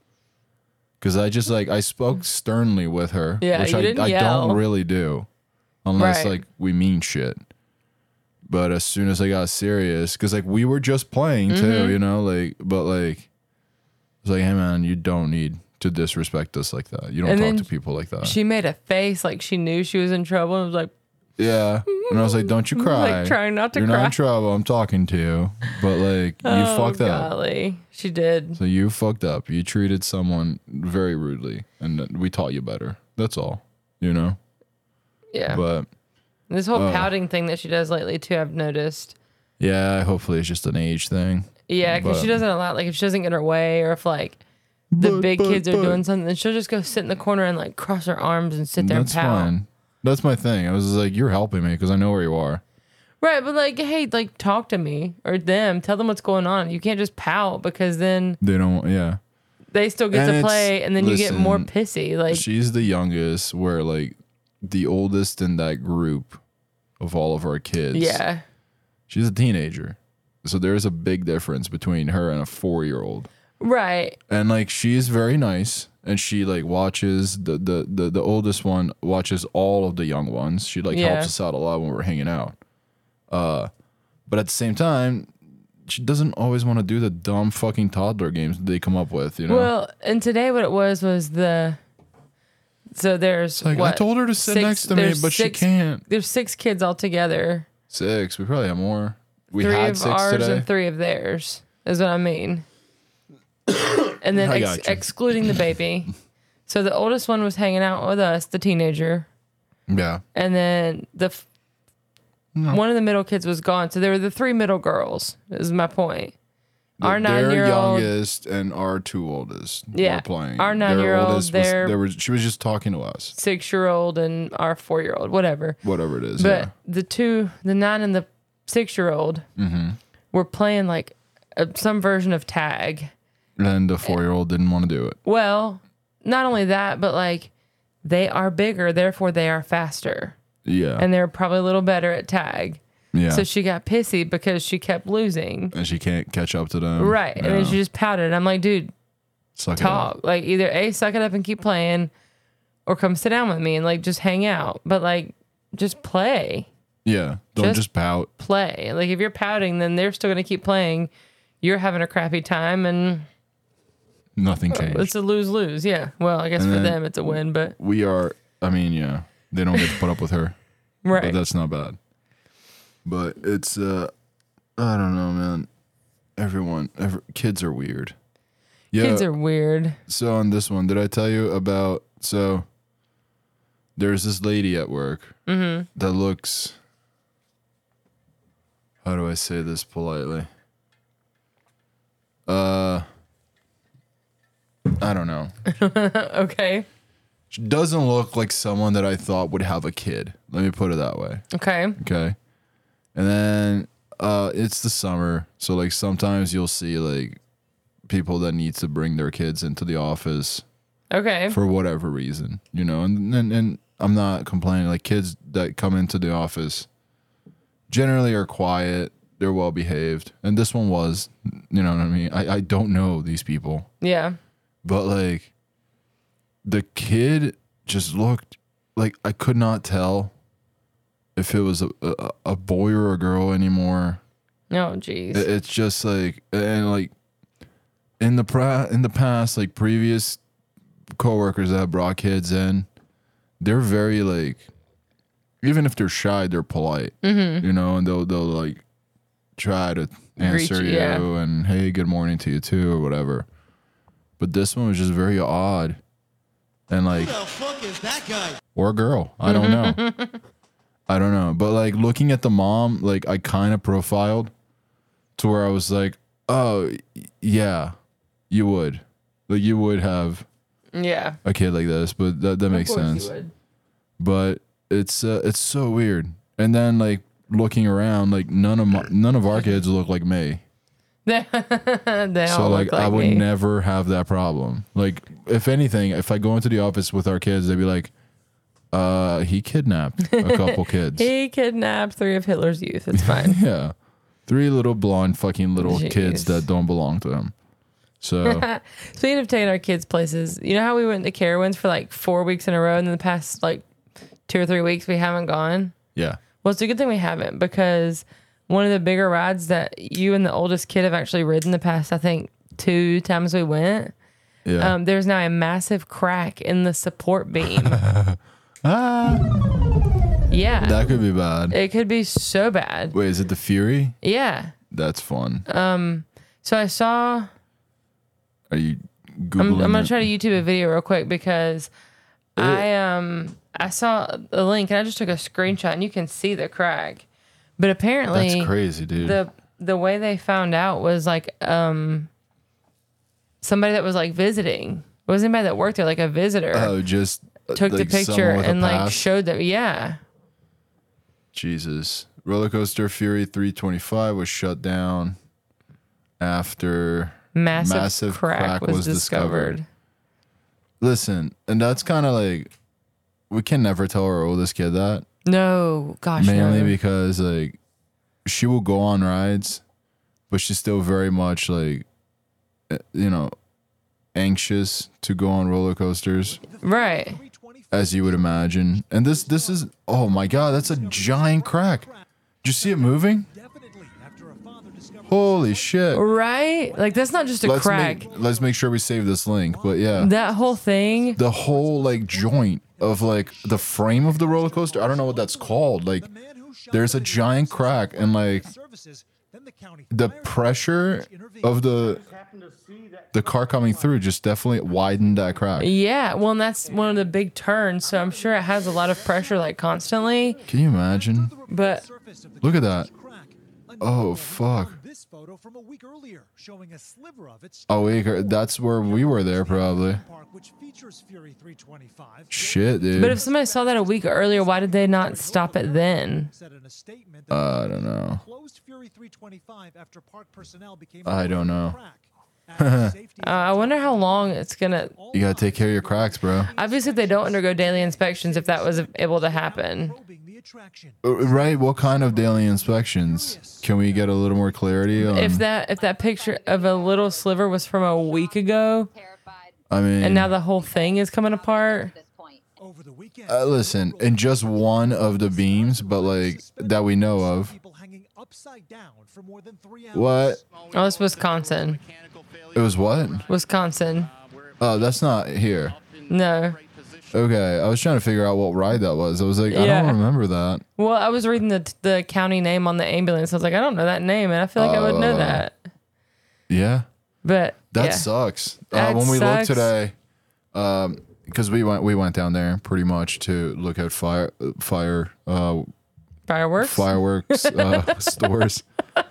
[SPEAKER 3] Cause I just like I spoke sternly with her.
[SPEAKER 4] Mm. Yeah,
[SPEAKER 3] which
[SPEAKER 4] you
[SPEAKER 3] I,
[SPEAKER 4] didn't
[SPEAKER 3] I
[SPEAKER 4] yell.
[SPEAKER 3] don't really do. Unless
[SPEAKER 4] Right.
[SPEAKER 3] like we mean shit. But as soon as I got serious, because like we were just playing
[SPEAKER 4] Mm-hmm.
[SPEAKER 3] too, you know, like but like it's like, hey man, you don't need to disrespect us like that. You don't
[SPEAKER 4] And
[SPEAKER 3] talk
[SPEAKER 4] then
[SPEAKER 3] to people like that.
[SPEAKER 4] She made a face like she knew she was in trouble and was like,
[SPEAKER 3] Yeah. And I was like, don't you cry.
[SPEAKER 4] trying not to
[SPEAKER 3] You're not
[SPEAKER 4] cry.
[SPEAKER 3] in trouble. I'm talking to you. But like, you
[SPEAKER 4] oh,
[SPEAKER 3] fucked up.
[SPEAKER 4] golly. She did.
[SPEAKER 3] So you fucked up. You treated someone very rudely. And th- we taught you better. That's all, you know?
[SPEAKER 4] Yeah.
[SPEAKER 3] But uh,
[SPEAKER 4] this whole pouting thing that she does lately, too, I've noticed.
[SPEAKER 3] yeah, hopefully it's just an age thing.
[SPEAKER 4] Yeah, because she
[SPEAKER 3] But-
[SPEAKER 4] doesn't allow like if she doesn't get her way or if like the
[SPEAKER 3] But-
[SPEAKER 4] big
[SPEAKER 3] but-
[SPEAKER 4] kids are
[SPEAKER 3] but-
[SPEAKER 4] doing something, then she'll just go sit in the corner and like cross her arms and sit there
[SPEAKER 3] That's
[SPEAKER 4] and pout.
[SPEAKER 3] fine. That's my thing. I was just like, you're helping me because I know where you are.
[SPEAKER 4] Right, but like, hey, like talk to me or them, tell them what's going on. You can't just pout because then
[SPEAKER 3] They don't, yeah.
[SPEAKER 4] they still get
[SPEAKER 3] And
[SPEAKER 4] to
[SPEAKER 3] it's-
[SPEAKER 4] play and then you get more
[SPEAKER 3] listen,
[SPEAKER 4] pissy. Like
[SPEAKER 3] She's the youngest, where like the oldest in that group of all of our kids.
[SPEAKER 4] Yeah.
[SPEAKER 3] She's a teenager. So there is a big difference between her and a four year old.
[SPEAKER 4] Right.
[SPEAKER 3] And like she is very nice and she like watches the, the the the oldest one watches all of the young ones. She like
[SPEAKER 4] Yeah.
[SPEAKER 3] helps us out a lot when we're hanging out. Uh but at the same time, she doesn't always want to do the dumb fucking toddler games that they come up with, you know?
[SPEAKER 4] Well, and today what it was was the so there's
[SPEAKER 3] like
[SPEAKER 4] what,
[SPEAKER 3] I told her to sit
[SPEAKER 4] six-
[SPEAKER 3] next to me,
[SPEAKER 4] there's
[SPEAKER 3] but she
[SPEAKER 4] six-
[SPEAKER 3] can't.
[SPEAKER 4] There's six kids all together.
[SPEAKER 3] Six. We probably have more. We
[SPEAKER 4] three
[SPEAKER 3] had
[SPEAKER 4] of
[SPEAKER 3] six
[SPEAKER 4] ours
[SPEAKER 3] today.
[SPEAKER 4] and three of theirs is what I mean. and then
[SPEAKER 3] I
[SPEAKER 4] ex-
[SPEAKER 3] gotcha.
[SPEAKER 4] excluding the baby. So the oldest one was hanging out with us, the teenager,
[SPEAKER 3] yeah.
[SPEAKER 4] and then the f- One of the middle kids was gone, so there were the three middle girls. Is my point.
[SPEAKER 3] their
[SPEAKER 4] our nine-year-old,
[SPEAKER 3] youngest and our two oldest
[SPEAKER 4] Yeah.
[SPEAKER 3] were playing.
[SPEAKER 4] Our nine-year-old,
[SPEAKER 3] oldest was,
[SPEAKER 4] their-
[SPEAKER 3] there was she was just talking to us.
[SPEAKER 4] six-year-old, and our four-year-old, whatever.
[SPEAKER 3] Whatever it is.
[SPEAKER 4] But
[SPEAKER 3] yeah.
[SPEAKER 4] the two, the nine and the six-year-old,
[SPEAKER 3] Mm-hmm.
[SPEAKER 4] were playing like uh, some version of tag.
[SPEAKER 3] And the four year old didn't want to do it.
[SPEAKER 4] Well, not only that, but like they are bigger, therefore they are faster,
[SPEAKER 3] Yeah.
[SPEAKER 4] and they're probably a little better at tag.
[SPEAKER 3] yeah.
[SPEAKER 4] So she got pissy because she kept losing.
[SPEAKER 3] and she can't catch up to them.
[SPEAKER 4] Right. And then
[SPEAKER 3] Yeah.
[SPEAKER 4] she just pouted. I'm like, dude,
[SPEAKER 3] Suck it up.
[SPEAKER 4] talk. Like either A, suck it up and keep playing, or come sit down with me and like just hang out. But like just play.
[SPEAKER 3] Yeah. Don't
[SPEAKER 4] Just-
[SPEAKER 3] just, pout.
[SPEAKER 4] Play. Like if you're pouting, then they're still gonna keep playing. You're having a crappy time and
[SPEAKER 3] Nothing changed.
[SPEAKER 4] it's a lose lose. Yeah. Well, I guess for
[SPEAKER 3] then-
[SPEAKER 4] them it's a win, but
[SPEAKER 3] we are I mean, yeah. They don't get to put up with her.
[SPEAKER 4] right.
[SPEAKER 3] But that's not bad. But it's uh I don't know, man. Everyone every, kids are weird. Yeah.
[SPEAKER 4] Kids are weird.
[SPEAKER 3] so on this one, did I tell you about so there's this lady at work that looks how do I say this politely? Uh I don't know.
[SPEAKER 4] Okay.
[SPEAKER 3] She doesn't look like someone that I thought would have a kid. Let me put it that way.
[SPEAKER 4] Okay.
[SPEAKER 3] Okay. And then uh it's the summer, so like sometimes you'll see like people that need to bring their kids into the office
[SPEAKER 4] Okay.
[SPEAKER 3] for whatever reason, you know. And and, and I'm not complaining. Like kids that come into the office generally are quiet, they're well behaved, and this one was. You know what I mean? I, I don't know these people,
[SPEAKER 4] yeah.
[SPEAKER 3] but like the kid just looked like I could not tell if it was a a, a boy or a girl anymore.
[SPEAKER 4] Oh jeez.
[SPEAKER 3] It- It's just like and like in the pra- in the past, like previous coworkers that have brought kids in, they're very like even if they're shy, they're polite.
[SPEAKER 4] Mm-hmm.
[SPEAKER 3] You know, and they'll they'll like try to answer
[SPEAKER 4] you,
[SPEAKER 3] you
[SPEAKER 4] yeah.
[SPEAKER 3] and hey, good morning to you too, or whatever. But this one was just very odd. And like
[SPEAKER 5] the fuck is that guy?
[SPEAKER 3] or a girl. I don't know. I don't know. But like looking at the mom, like I kind of profiled to where I was like, oh, y- yeah, you would. Like you would have
[SPEAKER 4] yeah.
[SPEAKER 3] a kid like this, but that, that makes sense. But it's uh, it's so weird. And then like looking around, like none of my, none of our kids look like me.
[SPEAKER 4] they
[SPEAKER 3] So
[SPEAKER 4] all look
[SPEAKER 3] like,
[SPEAKER 4] like
[SPEAKER 3] I would
[SPEAKER 4] me.
[SPEAKER 3] never have that problem. Like if anything, if I go into the office with our kids, they'd be like, uh, he kidnapped a couple kids.
[SPEAKER 4] He kidnapped three of Hitler's youth. It's fine.
[SPEAKER 3] Yeah. Three little blonde fucking little
[SPEAKER 4] Jeez.
[SPEAKER 3] kids that don't belong to him. So
[SPEAKER 4] Speaking of taking our kids places, you know how we went to Carowinds for like four weeks in a row, and in the past like two or three weeks we haven't gone.
[SPEAKER 3] yeah.
[SPEAKER 4] Well, it's a good thing we haven't because one of the bigger rides that you and the oldest kid have actually ridden the past, I think, two times we went.
[SPEAKER 3] Yeah.
[SPEAKER 4] Um, there's now a massive crack in the support beam.
[SPEAKER 3] ah,
[SPEAKER 4] yeah,
[SPEAKER 3] that could be bad.
[SPEAKER 4] it could be so bad.
[SPEAKER 3] Wait, is it the Fury?
[SPEAKER 4] Yeah.
[SPEAKER 3] That's fun.
[SPEAKER 4] uh, So I saw
[SPEAKER 3] Are you Googling?
[SPEAKER 4] I'm, I'm gonna
[SPEAKER 3] it?
[SPEAKER 4] try to YouTube a video real quick because I um I saw the link and I just took a screenshot and you can see the crack. But apparently
[SPEAKER 3] That's crazy, dude.
[SPEAKER 4] the the way they found out was like um somebody that was like visiting. It was anybody that worked there, like a visitor,
[SPEAKER 3] oh, just uh,
[SPEAKER 4] took
[SPEAKER 3] like
[SPEAKER 4] the picture
[SPEAKER 3] someone with a
[SPEAKER 4] and like
[SPEAKER 3] pass?
[SPEAKER 4] showed them. Yeah.
[SPEAKER 3] Jesus. Roller coaster Fury 325 was shut down after
[SPEAKER 4] Massive,
[SPEAKER 3] Massive
[SPEAKER 4] crack,
[SPEAKER 3] crack
[SPEAKER 4] was,
[SPEAKER 3] was
[SPEAKER 4] discovered.
[SPEAKER 3] discovered. Listen, and that's kind of like we can never tell our oldest kid that.
[SPEAKER 4] No, gosh,
[SPEAKER 3] mainly
[SPEAKER 4] no.
[SPEAKER 3] because like she will go on rides but she's still very much like eh, you know anxious to go on roller coasters
[SPEAKER 4] right.
[SPEAKER 3] as you would imagine and this this is oh my god that's a giant crack did you see it moving
[SPEAKER 5] Definitely after a father discovered
[SPEAKER 3] holy shit
[SPEAKER 4] Right? Like that's not just a
[SPEAKER 3] let's
[SPEAKER 4] crack.
[SPEAKER 3] make let's make sure we save this link but yeah
[SPEAKER 4] that whole thing
[SPEAKER 3] the whole like joint of like the frame of the roller coaster i don't know what that's called like
[SPEAKER 5] who shot
[SPEAKER 3] there's a giant crack and like
[SPEAKER 5] services Then the county
[SPEAKER 3] the
[SPEAKER 5] fire
[SPEAKER 3] pressure
[SPEAKER 5] intervened.
[SPEAKER 3] of the
[SPEAKER 6] happened to see that
[SPEAKER 3] the car coming through just definitely widened that crack.
[SPEAKER 4] Yeah, well, and that's one of the big turns, so I'm sure it has a lot of pressure, like constantly.
[SPEAKER 3] Can you imagine?
[SPEAKER 5] The reported
[SPEAKER 4] But-
[SPEAKER 5] surface of the
[SPEAKER 3] Look at
[SPEAKER 5] crack's
[SPEAKER 3] that.
[SPEAKER 5] crack. A
[SPEAKER 3] Oh,
[SPEAKER 5] new photo
[SPEAKER 3] fuck.
[SPEAKER 5] found This photo from a week earlier showing a sliver of its
[SPEAKER 3] Oh, wait, that's where we were there probably.
[SPEAKER 5] park which features Fury 325.
[SPEAKER 3] Shit, dude.
[SPEAKER 4] But if somebody saw that a week earlier, why did they not stop it then?
[SPEAKER 5] said in a statement that
[SPEAKER 3] I don't know.
[SPEAKER 5] closed Fury 325 after park personnel became
[SPEAKER 3] I don't
[SPEAKER 5] aware of
[SPEAKER 3] know.
[SPEAKER 5] the crack. After safety-
[SPEAKER 4] Uh, I wonder how long it's gonna.
[SPEAKER 5] All
[SPEAKER 3] You gotta take care of your cracks, bro.
[SPEAKER 4] Obviously, they don't undergo daily inspections if that was able to happen.
[SPEAKER 3] Hmm.
[SPEAKER 5] probing the attraction.
[SPEAKER 3] Uh, Right? What kind of daily inspections? Can we get a little more clarity on?
[SPEAKER 4] If that if that picture of a little sliver was from a week ago,
[SPEAKER 7] terrified
[SPEAKER 3] I mean,
[SPEAKER 4] and now the whole thing is coming apart.
[SPEAKER 7] at this point.
[SPEAKER 5] Over the weekend,
[SPEAKER 3] uh, listen, in just one of the beams, but like that we know of,
[SPEAKER 5] people hanging upside down for more than three hours.
[SPEAKER 3] what?
[SPEAKER 4] Oh, it's Wisconsin.
[SPEAKER 3] It was what?
[SPEAKER 4] Wisconsin.
[SPEAKER 3] Oh, that's not here.
[SPEAKER 4] No.
[SPEAKER 3] Okay, I was trying to figure out what ride that was. I was like, I
[SPEAKER 4] Yeah.
[SPEAKER 3] don't remember that.
[SPEAKER 4] Well, I was reading the the county name on the ambulance. I was like, I don't know that name, and I feel like I would know that.
[SPEAKER 3] Yeah,
[SPEAKER 4] But
[SPEAKER 3] that
[SPEAKER 4] yeah.
[SPEAKER 3] sucks.
[SPEAKER 4] That
[SPEAKER 3] uh, when we
[SPEAKER 4] sucks.
[SPEAKER 3] looked today, because we went we went down there pretty much to look at fire fire uh,
[SPEAKER 4] fireworks.
[SPEAKER 3] fireworks uh, stores. I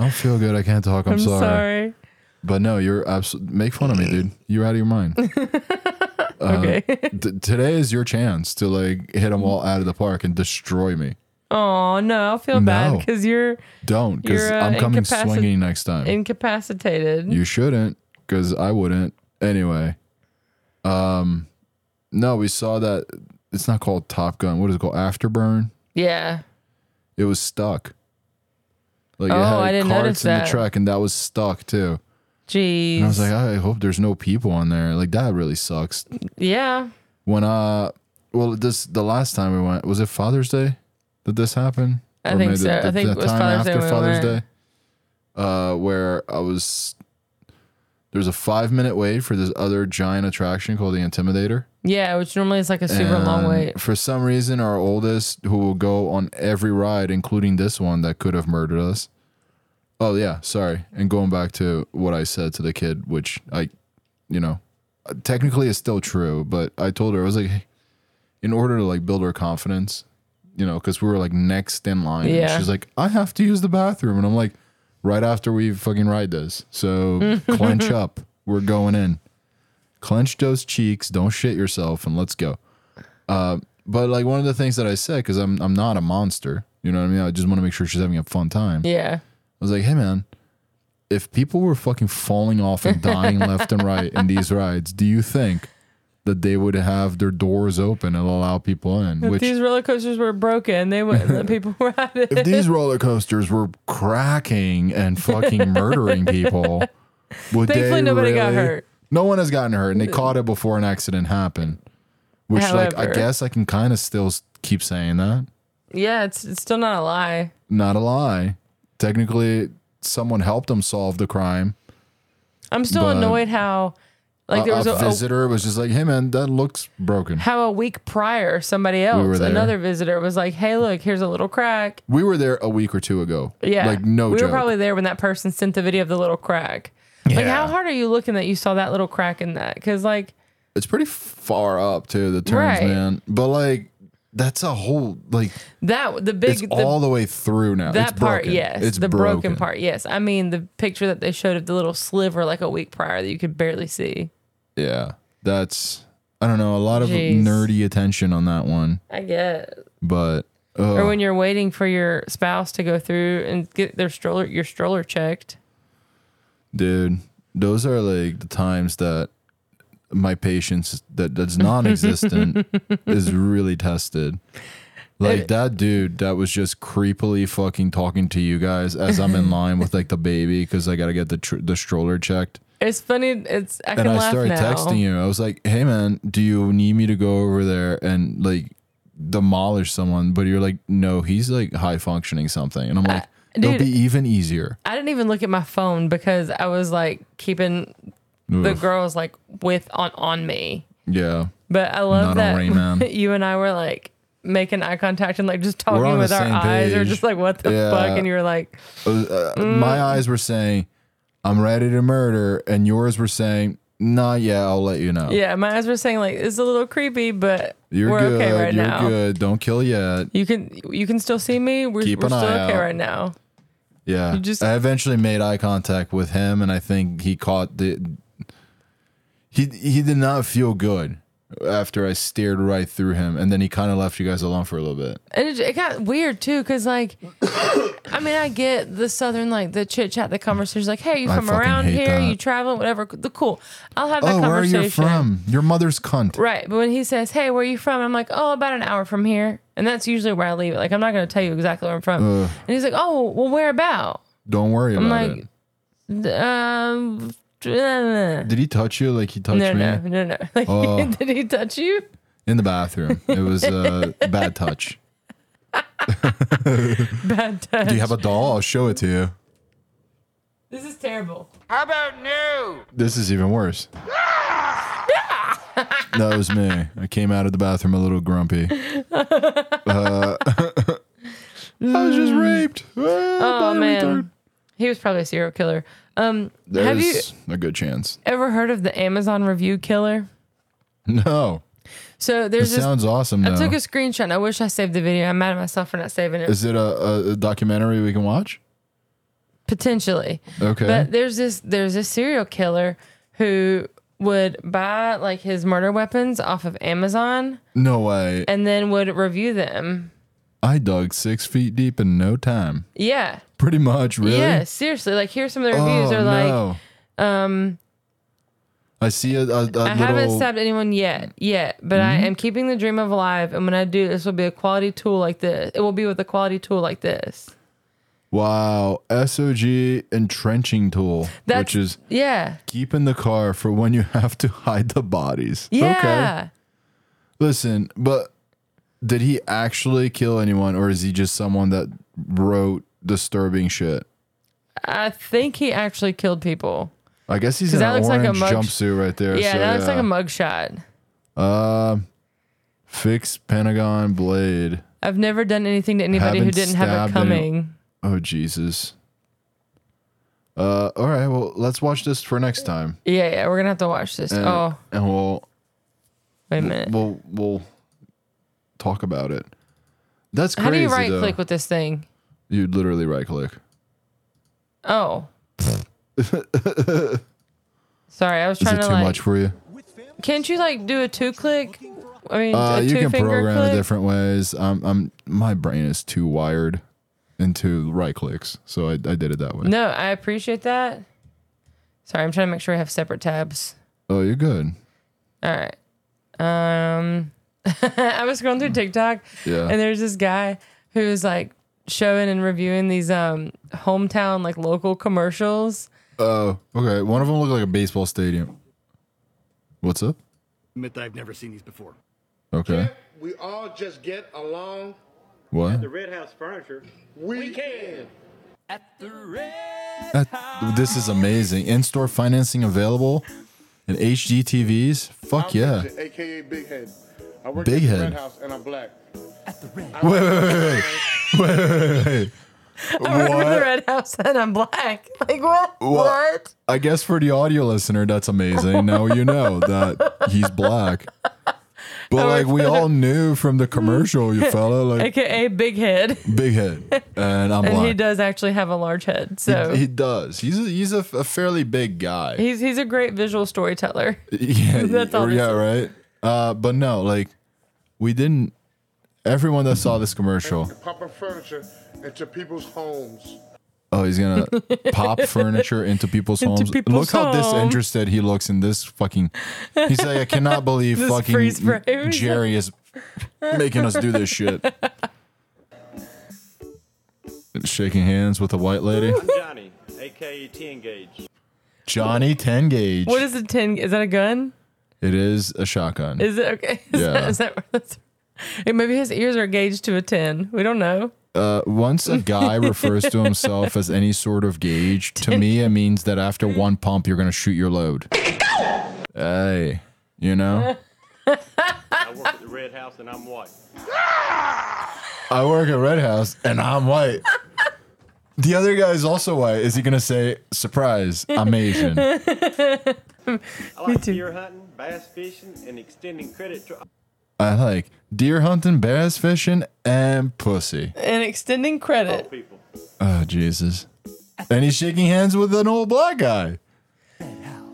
[SPEAKER 3] don't feel good. I can't talk. I'm,
[SPEAKER 4] I'm sorry.
[SPEAKER 3] But no, you're absolutely make fun of me, dude. You're out of your mind. Uh,
[SPEAKER 4] Okay.
[SPEAKER 3] T- today is your chance to like hit them all out of the park and destroy me.
[SPEAKER 4] Oh no, I feel bad
[SPEAKER 3] No.
[SPEAKER 4] because you're
[SPEAKER 3] Don't, because
[SPEAKER 4] You're, uh,
[SPEAKER 3] I'm coming
[SPEAKER 4] incapacit-
[SPEAKER 3] swinging next time.
[SPEAKER 4] incapacitated.
[SPEAKER 3] you shouldn't, because I wouldn't anyway. Um, no, we saw that it's not called Top Gun. What is it called? Afterburn.
[SPEAKER 4] yeah.
[SPEAKER 3] It was stuck. Like it
[SPEAKER 4] Oh,
[SPEAKER 3] had
[SPEAKER 4] I didn't notice
[SPEAKER 3] carts in
[SPEAKER 4] that.
[SPEAKER 3] the truck, and that was stuck too.
[SPEAKER 4] Jeez.
[SPEAKER 3] And I was like, I hope there's no people on there. Like that really sucks.
[SPEAKER 4] yeah.
[SPEAKER 3] when uh well this the last time we went was it father's day did this happen
[SPEAKER 4] I think
[SPEAKER 3] maybe
[SPEAKER 4] so. I think it was Father's Day when we went.
[SPEAKER 3] day uh where i was there's a five minute wait for this other giant attraction called the intimidator
[SPEAKER 4] Yeah, which normally is like a super long
[SPEAKER 3] And
[SPEAKER 4] wait.
[SPEAKER 3] for some reason our oldest who will go on every ride including this one that could have murdered us oh yeah sorry and going back to what i said to the kid which i you know technically is still true but i told her i was like hey, in order to like build her confidence you know because we were like next in line and
[SPEAKER 4] Yeah.
[SPEAKER 3] she's like i have to use the bathroom and i'm like right after we fucking ride this so clench up we're going in clench those cheeks don't shit yourself and let's go Uh, but like one of the things that I said, because I'm I'm not a monster, you know what I mean. I just want to make sure she's having a fun time.
[SPEAKER 4] Yeah.
[SPEAKER 3] I was like, hey man, if people were fucking falling off and dying left and right in these rides, do you think that they would have their doors open and allow people in?
[SPEAKER 4] If
[SPEAKER 3] Which
[SPEAKER 4] these roller coasters were broken, they wouldn't let people ride it.
[SPEAKER 3] if these roller coasters were cracking and fucking murdering people, would
[SPEAKER 4] Thankfully,
[SPEAKER 3] they
[SPEAKER 4] nobody got
[SPEAKER 3] really-
[SPEAKER 4] hurt.
[SPEAKER 3] No one has gotten hurt, and they caught it before an accident happened. Which, like, I
[SPEAKER 4] However-
[SPEAKER 3] guess I can kind of still s- keep saying that.
[SPEAKER 4] Yeah, it's it's still not a lie.
[SPEAKER 3] not a lie. Technically, someone helped them solve the crime.
[SPEAKER 4] I'm still
[SPEAKER 3] But-
[SPEAKER 4] annoyed how like
[SPEAKER 3] a,
[SPEAKER 4] there was
[SPEAKER 3] a
[SPEAKER 4] a, a
[SPEAKER 3] visitor was just like, "Hey, man, that looks broken."
[SPEAKER 4] how a week prior somebody else,
[SPEAKER 3] were there.
[SPEAKER 4] another visitor, was like, "Hey, look, here's a little crack."
[SPEAKER 3] We were there a week or two ago.
[SPEAKER 4] Yeah.
[SPEAKER 3] like no
[SPEAKER 4] We
[SPEAKER 3] joke.
[SPEAKER 4] were probably there when that person sent the video of the little crack. Like,
[SPEAKER 3] Yeah.
[SPEAKER 4] how hard are you looking that you saw that little crack in that? Because, like,
[SPEAKER 3] it's pretty far up to the turns,
[SPEAKER 4] Right.
[SPEAKER 3] man. But like, that's a whole like
[SPEAKER 4] that, the
[SPEAKER 3] it's
[SPEAKER 4] big, the,
[SPEAKER 3] all the way through now.
[SPEAKER 4] that
[SPEAKER 3] it's
[SPEAKER 4] part,
[SPEAKER 3] broken.
[SPEAKER 4] yes.
[SPEAKER 3] it's
[SPEAKER 4] the broken. part, yes. I mean, the picture that they showed of the little sliver like a week prior that you could barely see.
[SPEAKER 3] Yeah, that's I don't know a lot of
[SPEAKER 4] Jeez.
[SPEAKER 3] nerdy attention on that one,
[SPEAKER 4] I get.
[SPEAKER 3] but uh,
[SPEAKER 4] Or when you're waiting for your spouse to go through and get their stroller, your stroller checked.
[SPEAKER 3] dude those are like the times that my patience that that's non-existent is really tested like that dude that was just creepily fucking talking to you guys as i'm in line with like the baby because i gotta get the tr- the stroller checked
[SPEAKER 4] It's funny. It's I can
[SPEAKER 3] and i
[SPEAKER 4] laugh
[SPEAKER 3] started
[SPEAKER 4] now.
[SPEAKER 3] texting you i was like hey man do you need me to go over there and like demolish someone but you're like no he's like high functioning something and i'm like it'll
[SPEAKER 4] Uh, dude.
[SPEAKER 3] be even easier
[SPEAKER 4] I didn't even look at my phone because I was like keeping the
[SPEAKER 3] Oof.
[SPEAKER 4] girls like with on on me.
[SPEAKER 3] yeah
[SPEAKER 4] But I love
[SPEAKER 3] Not on
[SPEAKER 4] that
[SPEAKER 3] Rain Man.
[SPEAKER 4] you and I were like making eye contact and like just
[SPEAKER 3] on
[SPEAKER 4] talking
[SPEAKER 3] the
[SPEAKER 4] with our
[SPEAKER 3] same
[SPEAKER 4] eyes or
[SPEAKER 3] page.
[SPEAKER 4] just like what the fuck
[SPEAKER 3] Yeah.
[SPEAKER 4] and you were like
[SPEAKER 3] Uh, My eyes were saying, "I'm ready to murder," and yours were saying, "Nah, yeah, I'll let you know.
[SPEAKER 4] yeah my eyes were saying like it's a little creepy but
[SPEAKER 3] You're
[SPEAKER 4] we're
[SPEAKER 3] good.
[SPEAKER 4] okay right
[SPEAKER 3] You're
[SPEAKER 4] now
[SPEAKER 3] good. Don't kill yet."
[SPEAKER 4] you can you can still see me we're,
[SPEAKER 3] Keep
[SPEAKER 4] we're
[SPEAKER 3] an
[SPEAKER 4] still
[SPEAKER 3] eye
[SPEAKER 4] okay
[SPEAKER 3] out.
[SPEAKER 4] right now
[SPEAKER 3] Yeah.
[SPEAKER 4] You just-
[SPEAKER 3] I eventually made eye contact with him and I think he caught the he he did not feel good after I stared right through him and then he kind of left you guys alone for a little bit.
[SPEAKER 4] And it, it got weird too, because like, I mean, I get the southern like the chit chat, the conversation, like, hey, you
[SPEAKER 3] I
[SPEAKER 4] from
[SPEAKER 3] fucking
[SPEAKER 4] around
[SPEAKER 3] hate
[SPEAKER 4] here,
[SPEAKER 3] that.
[SPEAKER 4] you traveling, whatever. The cool, I'll have that
[SPEAKER 3] Oh, where are
[SPEAKER 4] conversation.
[SPEAKER 3] you from? Your mother's cunt.
[SPEAKER 4] Right, but when he says, hey, where are you from? I'm like, oh, about an hour from here, and that's usually where I leave it. Like, I'm not gonna tell you exactly where I'm from. And he's like, oh, well, where about?
[SPEAKER 3] Don't worry about
[SPEAKER 4] like,
[SPEAKER 3] it.
[SPEAKER 4] Um. No,
[SPEAKER 3] Did he touch you like he touched
[SPEAKER 4] no,
[SPEAKER 3] me
[SPEAKER 4] no, no, no. Like,
[SPEAKER 3] Oh.
[SPEAKER 4] did he touch you?
[SPEAKER 3] in the bathroom? It was a bad touch.
[SPEAKER 4] Bad touch.
[SPEAKER 3] Do you have a doll? I'll show it to you.
[SPEAKER 4] this is terrible.
[SPEAKER 3] This is even worse. that was me. I came out of the bathroom a little grumpy. Uh, I was just raped.
[SPEAKER 4] Mm.
[SPEAKER 3] Uh,
[SPEAKER 4] Oh man, he was probably a serial killer. Um, have you
[SPEAKER 3] There's a good chance.
[SPEAKER 4] ever heard of the Amazon review killer?
[SPEAKER 3] No.
[SPEAKER 4] So
[SPEAKER 3] It
[SPEAKER 4] there's this.
[SPEAKER 3] sounds awesome,
[SPEAKER 4] I
[SPEAKER 3] though.
[SPEAKER 4] took a screenshot. I wish I saved the video. I'm mad at myself for not saving it.
[SPEAKER 3] is it a, a, a documentary we can watch?
[SPEAKER 4] Potentially,
[SPEAKER 3] Okay.
[SPEAKER 4] but there's this there's this serial killer who would buy like his murder weapons off of Amazon
[SPEAKER 3] no way.
[SPEAKER 4] and then would review them.
[SPEAKER 3] I dug six feet deep in no time.
[SPEAKER 4] Yeah,
[SPEAKER 3] Pretty much, really?
[SPEAKER 4] yeah, seriously. Like here's some of the reviews.
[SPEAKER 3] Oh,
[SPEAKER 4] They're like,
[SPEAKER 3] no.
[SPEAKER 4] um,
[SPEAKER 3] I see a, a, a
[SPEAKER 4] I
[SPEAKER 3] little. Mm-hmm.
[SPEAKER 4] haven't stabbed anyone yet, yet, but I am keeping the dream of alive. And when I do, this will be a quality tool like this. It will be with a quality tool like this.
[SPEAKER 3] wow. SOG entrenching tool,
[SPEAKER 4] That's
[SPEAKER 3] which is
[SPEAKER 4] yeah,
[SPEAKER 3] keep in the car for when you have to hide the bodies.
[SPEAKER 4] yeah.
[SPEAKER 3] Listen, but did he actually kill anyone or is he just someone that wrote disturbing shit?
[SPEAKER 4] I think he actually killed people.
[SPEAKER 3] I guess he's
[SPEAKER 4] 'Cause
[SPEAKER 3] in
[SPEAKER 4] that
[SPEAKER 3] an
[SPEAKER 4] looks like
[SPEAKER 3] orange
[SPEAKER 4] a mug-
[SPEAKER 3] jumpsuit right there.
[SPEAKER 4] Yeah,
[SPEAKER 3] so
[SPEAKER 4] that looks like a mugshot.
[SPEAKER 3] Um, fix Pentagon blade.
[SPEAKER 4] I've never done anything to anybody who
[SPEAKER 3] Haven't
[SPEAKER 4] didn't have it
[SPEAKER 3] stabbed any-
[SPEAKER 4] coming.
[SPEAKER 3] Oh Jesus. Uh, all right. Well, let's watch this for next time.
[SPEAKER 4] Yeah, yeah, we're gonna have to watch this.
[SPEAKER 3] And,
[SPEAKER 4] oh,
[SPEAKER 3] and we'll
[SPEAKER 4] wait a minute.
[SPEAKER 3] we'll we'll talk about it. That's crazy.
[SPEAKER 4] How do you right
[SPEAKER 3] though.
[SPEAKER 4] click with this thing?
[SPEAKER 3] You'd literally right click.
[SPEAKER 4] Oh, sorry, I was
[SPEAKER 3] Is
[SPEAKER 4] trying
[SPEAKER 3] it
[SPEAKER 4] to
[SPEAKER 3] too
[SPEAKER 4] like.
[SPEAKER 3] much for you?
[SPEAKER 5] With family
[SPEAKER 4] Can't you like do a two click? I mean,
[SPEAKER 3] Uh,
[SPEAKER 4] a two
[SPEAKER 3] you can
[SPEAKER 4] finger
[SPEAKER 3] program
[SPEAKER 4] click.
[SPEAKER 3] it different ways. Um, I'm my brain is too wired into right clicks, so I, I did it that way.
[SPEAKER 4] No, I appreciate that. Sorry, I'm trying to make sure I have separate tabs.
[SPEAKER 3] Oh, you're good.
[SPEAKER 4] All right. Um, I was scrolling through TikTok,
[SPEAKER 3] Yeah.
[SPEAKER 4] and there's this guy who's like showing and reviewing these um hometown like local commercials.
[SPEAKER 3] Oh, okay. One of them looked like a baseball stadium. What's up?
[SPEAKER 6] admit that I've never seen these before.
[SPEAKER 3] Okay.
[SPEAKER 7] We all just get along.
[SPEAKER 3] What?
[SPEAKER 8] The Red House Furniture.
[SPEAKER 7] We can.
[SPEAKER 3] That- this is amazing. In-store financing available and HGTVs. Fuck yeah.
[SPEAKER 7] Richard, AKA Big Head. I work
[SPEAKER 3] Big
[SPEAKER 7] at the
[SPEAKER 3] Head.
[SPEAKER 7] Red House and I'm black.
[SPEAKER 3] Wait, wait, wait, wait, wait, wait, wait.
[SPEAKER 4] Remember the
[SPEAKER 3] What?
[SPEAKER 4] Red House and I'm black. Like what?
[SPEAKER 3] What? I guess for the audio listener, that's amazing. Now you know that he's black. But like we all knew from the commercial, you fella, like
[SPEAKER 4] AKA Big Head,
[SPEAKER 3] big head, and I'm
[SPEAKER 4] and
[SPEAKER 3] black.
[SPEAKER 4] he does actually have a large head.
[SPEAKER 3] He-
[SPEAKER 4] So
[SPEAKER 3] he, does. He's a, he's a, a fairly big guy.
[SPEAKER 4] he's he's a great visual storyteller.
[SPEAKER 3] Yeah,
[SPEAKER 4] That's all this
[SPEAKER 3] yeah, right. Uh, but no, like we didn't. Everyone that saw this commercial,
[SPEAKER 7] Popping furniture into people's homes.
[SPEAKER 3] oh, he's gonna pop furniture into people's homes.
[SPEAKER 4] people's
[SPEAKER 3] Look how
[SPEAKER 4] home.
[SPEAKER 3] disinterested he looks in this fucking. He's like, I cannot believe
[SPEAKER 4] This freeze frame.
[SPEAKER 3] fucking Jerry is making us do this shit. Shaking hands with a white lady,
[SPEAKER 8] I'm Johnny, aka T Engage.
[SPEAKER 3] Johnny Ten Gauge.
[SPEAKER 4] What is a ten? Is that a gun?
[SPEAKER 3] it is a shotgun.
[SPEAKER 4] Is it okay? Is
[SPEAKER 3] Yeah.
[SPEAKER 4] that, is that that's, maybe his ears are gauged to a ten? We don't know.
[SPEAKER 3] uh, once a guy refers to himself as any sort of gauge, to me it means that after one pump you're gonna shoot your load. Hey, you know,
[SPEAKER 8] I work at the Red Red House and I'm white.
[SPEAKER 3] I work at Red House and I'm white. The other guy is also white. Is he gonna say, "Surprise, I'm Asian"?
[SPEAKER 8] I like deer hunting, bass fishing, and extending credit. To-
[SPEAKER 3] I like deer hunting, bass fishing, and pussy.
[SPEAKER 4] And extending credit.
[SPEAKER 8] people.
[SPEAKER 3] Oh Jesus! And he's shaking hands with an old black guy.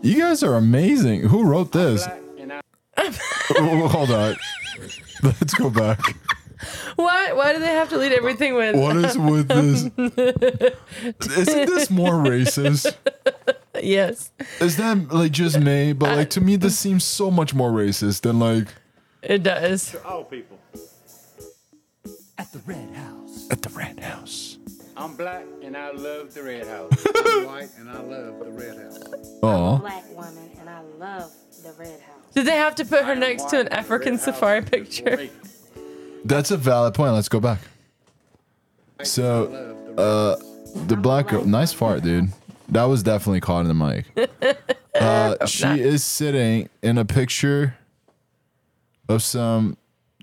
[SPEAKER 3] You guys are amazing. Who wrote this?
[SPEAKER 8] Black and I-
[SPEAKER 3] Oh, Hold on. Let's go back.
[SPEAKER 4] Why? Why do they have to lead everything with?
[SPEAKER 3] What is with this? Isn't this more racist?
[SPEAKER 4] Yes,
[SPEAKER 3] Is that like just me? But like to me, this seems so much more racist than like
[SPEAKER 4] it does.
[SPEAKER 8] to all people.
[SPEAKER 5] At the Red House.
[SPEAKER 3] at the Red House.
[SPEAKER 8] I'm black and I love the Red House.
[SPEAKER 7] I'm white and I love the red house.
[SPEAKER 3] Oh,
[SPEAKER 9] black woman and I love the red house.
[SPEAKER 4] Did they have to put her
[SPEAKER 8] I'm
[SPEAKER 4] next to
[SPEAKER 8] white
[SPEAKER 4] an
[SPEAKER 8] and the
[SPEAKER 4] African
[SPEAKER 8] Red House
[SPEAKER 4] safari
[SPEAKER 8] is
[SPEAKER 4] picture?
[SPEAKER 8] white.
[SPEAKER 3] that's a valid point. Let's go back. So uh,
[SPEAKER 7] Love the red
[SPEAKER 3] the black girl, nice fart, dude. That was definitely caught in the mic. Uh, she is sitting in a picture of some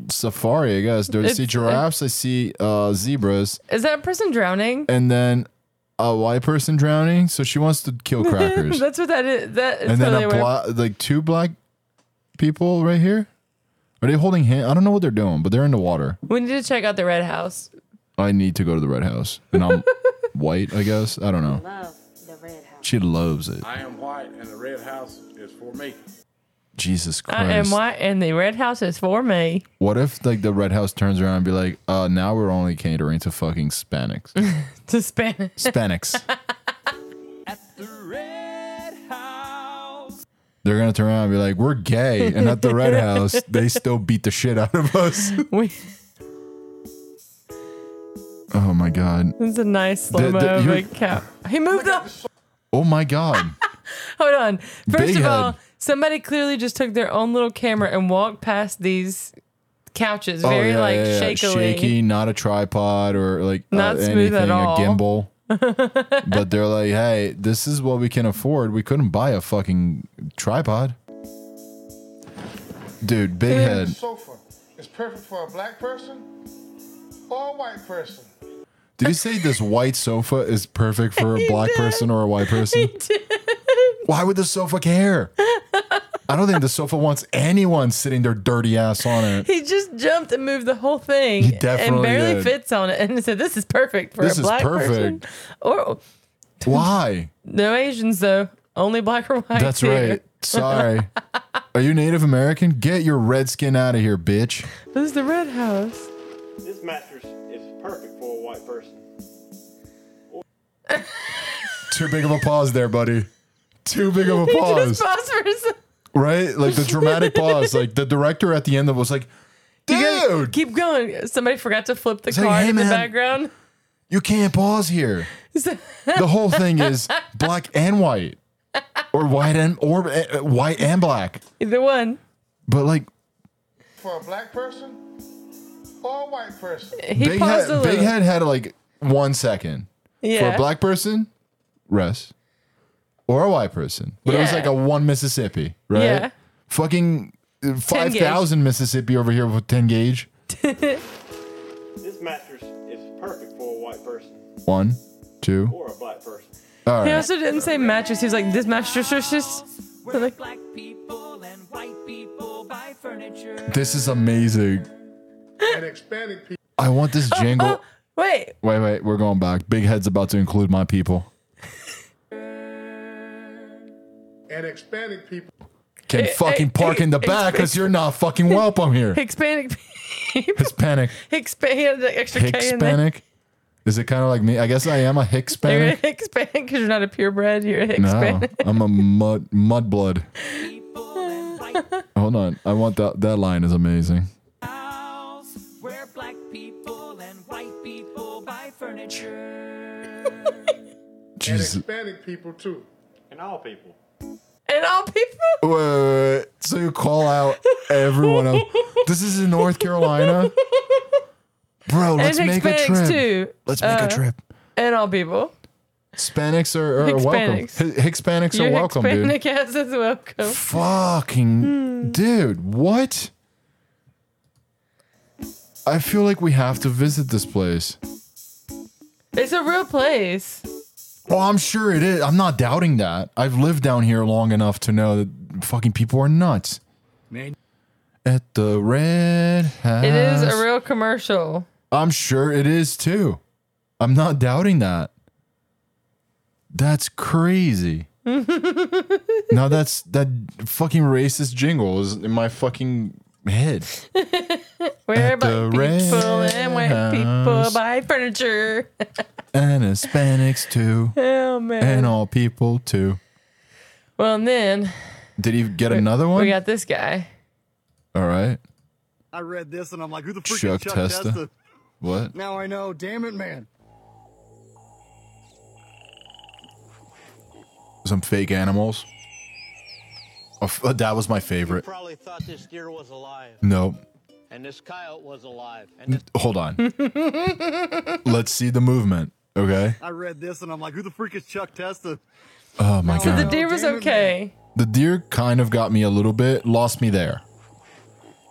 [SPEAKER 3] safari. I guess do I see
[SPEAKER 4] It's-
[SPEAKER 3] giraffes? I see uh, zebras.
[SPEAKER 4] Is that person drowning?
[SPEAKER 3] and then a white person drowning, so she wants to kill crackers.
[SPEAKER 4] That's what that is. That is
[SPEAKER 3] and then
[SPEAKER 4] totally
[SPEAKER 3] a
[SPEAKER 4] where-
[SPEAKER 3] black, like two black people right here. Are they holding hand? I don't know what they're doing, but they're in the water.
[SPEAKER 4] We need to check out the Red House.
[SPEAKER 3] I need to go to the red house, and I'm white, I guess. I don't know.
[SPEAKER 9] Love the red house.
[SPEAKER 3] She loves it.
[SPEAKER 6] I am white and the red house is for me.
[SPEAKER 3] Jesus Christ.
[SPEAKER 4] I am white, and the Red House is for me.
[SPEAKER 3] What if like the red house turns around and be like, uh, now we're only catering to fucking Hispanics.
[SPEAKER 4] To Spanish.
[SPEAKER 3] Hispanics.
[SPEAKER 2] At the Red House.
[SPEAKER 3] They're gonna turn around and be like, we're gay, and at the red house, they still beat the shit out of us.
[SPEAKER 4] We-
[SPEAKER 3] Oh my god.
[SPEAKER 4] It's a nice slow mo
[SPEAKER 3] the-
[SPEAKER 4] of a
[SPEAKER 3] you're-
[SPEAKER 4] cow. He moved up.
[SPEAKER 3] Oh my god.
[SPEAKER 4] Hold on. First
[SPEAKER 3] Big
[SPEAKER 4] of all,
[SPEAKER 3] head.
[SPEAKER 4] somebody clearly just took their own little camera and walked past these couches
[SPEAKER 3] Oh,
[SPEAKER 4] very
[SPEAKER 3] yeah,
[SPEAKER 4] like
[SPEAKER 3] yeah, yeah.
[SPEAKER 4] shakily.
[SPEAKER 3] shaky, not a tripod or like
[SPEAKER 4] Not
[SPEAKER 3] uh,
[SPEAKER 4] smooth
[SPEAKER 3] anything,
[SPEAKER 4] at all.
[SPEAKER 3] a gimbal. but they're like, hey, this is what we can afford. We couldn't buy a fucking tripod, dude. Big head.
[SPEAKER 7] sofa is perfect for a black person or a white person.
[SPEAKER 3] Did you say this white sofa is perfect for a black person or a white person? Why would the sofa care? I don't think the sofa wants anyone sitting their dirty ass on it.
[SPEAKER 4] He just jumped and moved the whole thing
[SPEAKER 3] He definitely
[SPEAKER 4] and barely
[SPEAKER 3] did.
[SPEAKER 4] fits on it and said, This is perfect for
[SPEAKER 3] This
[SPEAKER 4] a
[SPEAKER 3] is
[SPEAKER 4] black person.
[SPEAKER 3] perfect.
[SPEAKER 4] Or
[SPEAKER 3] Why?
[SPEAKER 4] no Asians though. Only black or white.
[SPEAKER 3] That's
[SPEAKER 4] here.
[SPEAKER 3] right. Sorry. Are you Native American? Get your red skin out of here, bitch.
[SPEAKER 4] This is the red house.
[SPEAKER 8] This mattress is perfect for a white person.
[SPEAKER 3] Too big of a pause there, buddy. Too big of a
[SPEAKER 4] He just
[SPEAKER 3] pause.
[SPEAKER 4] paused for a second.
[SPEAKER 3] Right? Like the dramatic pause. Like the director at the end of it was like,
[SPEAKER 4] You gotta
[SPEAKER 3] dude,
[SPEAKER 4] Keep going. Somebody forgot to flip the
[SPEAKER 3] like,
[SPEAKER 4] card
[SPEAKER 3] "Hey,
[SPEAKER 4] in
[SPEAKER 3] man."
[SPEAKER 4] the background.
[SPEAKER 3] you can't pause here. The whole thing is black and white. Or white and or uh, white and black.
[SPEAKER 4] Either one.
[SPEAKER 3] But like
[SPEAKER 7] For a black person or a white person.
[SPEAKER 4] He
[SPEAKER 3] Big
[SPEAKER 4] paused a
[SPEAKER 3] Head
[SPEAKER 4] little.
[SPEAKER 3] Big Head had like one second.
[SPEAKER 4] yeah.
[SPEAKER 3] for a black person, rest, or a white person. But it was
[SPEAKER 4] Yeah.
[SPEAKER 3] like a one Mississippi, right?
[SPEAKER 4] Yeah.
[SPEAKER 3] Fucking uh, five thousand Mississippi over here with ten gauge.
[SPEAKER 8] This mattress is perfect for a white person
[SPEAKER 3] One, two.
[SPEAKER 8] or a black person.
[SPEAKER 3] All
[SPEAKER 4] He
[SPEAKER 3] right.
[SPEAKER 4] also didn't say mattress. He was like, this mattress is just.
[SPEAKER 2] Where
[SPEAKER 4] Like-
[SPEAKER 2] black people and white people buy furniture.
[SPEAKER 3] This is amazing.
[SPEAKER 7] And Hispanic people.
[SPEAKER 3] I want this jingle.
[SPEAKER 4] Oh, wait.
[SPEAKER 3] Wait, wait, we're going back. Big Head's about to include my people.
[SPEAKER 7] And Hispanic people.
[SPEAKER 3] Can
[SPEAKER 4] Eh,
[SPEAKER 3] fucking
[SPEAKER 4] eh,
[SPEAKER 3] park in the
[SPEAKER 4] eh,
[SPEAKER 3] back because you're not fucking welcome here.
[SPEAKER 4] Hispanic. people.
[SPEAKER 3] Hispanic.
[SPEAKER 4] Hispa- he had the extra K in there.
[SPEAKER 3] Hispanic. Is it kind of like me? I guess I am a
[SPEAKER 4] You're a
[SPEAKER 3] Hispanic.
[SPEAKER 4] Hispanic because you're not a purebred. You're a
[SPEAKER 3] No,
[SPEAKER 4] Hispanic.
[SPEAKER 3] I'm a mud mudblood.
[SPEAKER 2] People and white
[SPEAKER 3] Hold on. I want that that line is amazing.
[SPEAKER 2] house. Where black people and white people buy furniture.
[SPEAKER 7] And
[SPEAKER 3] Jesus.
[SPEAKER 7] Hispanic people too.
[SPEAKER 8] And all people.
[SPEAKER 4] And all people.
[SPEAKER 3] Wait, wait, wait. So you call out everyone else. This is in North Carolina. Bro, let's
[SPEAKER 4] and
[SPEAKER 3] make a
[SPEAKER 4] Hispanics
[SPEAKER 3] trip.
[SPEAKER 4] too.
[SPEAKER 3] Let's make
[SPEAKER 4] Uh,
[SPEAKER 3] a trip.
[SPEAKER 4] And all people.
[SPEAKER 3] Hispanics are, are welcome.
[SPEAKER 4] Hispanics.
[SPEAKER 3] Hi- Hispanics
[SPEAKER 4] Your
[SPEAKER 3] are welcome, dude.
[SPEAKER 4] Hispanic Hmm. ass is welcome.
[SPEAKER 3] Fucking dude, what? I feel like we have to visit this place.
[SPEAKER 4] It's a real place.
[SPEAKER 3] Oh, I'm sure it is. I'm not doubting that. I've lived down here long enough to know that fucking people are nuts.
[SPEAKER 5] Man.
[SPEAKER 3] At the red house.
[SPEAKER 4] It is a real commercial.
[SPEAKER 3] I'm sure it is too. I'm not doubting that. That's crazy. now that's that fucking racist jingle is in my fucking head.
[SPEAKER 4] Where
[SPEAKER 3] At
[SPEAKER 4] black
[SPEAKER 3] the
[SPEAKER 4] people
[SPEAKER 3] red
[SPEAKER 4] and white people
[SPEAKER 3] house.
[SPEAKER 4] buy furniture.
[SPEAKER 3] And Hispanics too.
[SPEAKER 4] oh man.
[SPEAKER 3] And all people too.
[SPEAKER 4] well, and then
[SPEAKER 3] Did he get another one?
[SPEAKER 4] we got this guy.
[SPEAKER 3] all right.
[SPEAKER 5] I read this and I'm like, who the frick
[SPEAKER 3] Chuck,
[SPEAKER 5] is Chuck
[SPEAKER 3] Testa.
[SPEAKER 5] Testa?
[SPEAKER 3] What?
[SPEAKER 5] Now I know. Damn it, man.
[SPEAKER 3] Some fake animals. Oh, f- that was my favorite.
[SPEAKER 10] Probably thought this deer was alive,
[SPEAKER 3] Nope.
[SPEAKER 10] and this coyote was alive, and this
[SPEAKER 3] Hold on. Let's see the movement. Okay.
[SPEAKER 5] I read this and I'm like, who the freak is Chuck Testa?
[SPEAKER 3] Oh my
[SPEAKER 4] So the
[SPEAKER 3] god.
[SPEAKER 4] deer was
[SPEAKER 5] damn it,
[SPEAKER 4] okay.
[SPEAKER 3] The deer kind of got me a little bit, lost me there.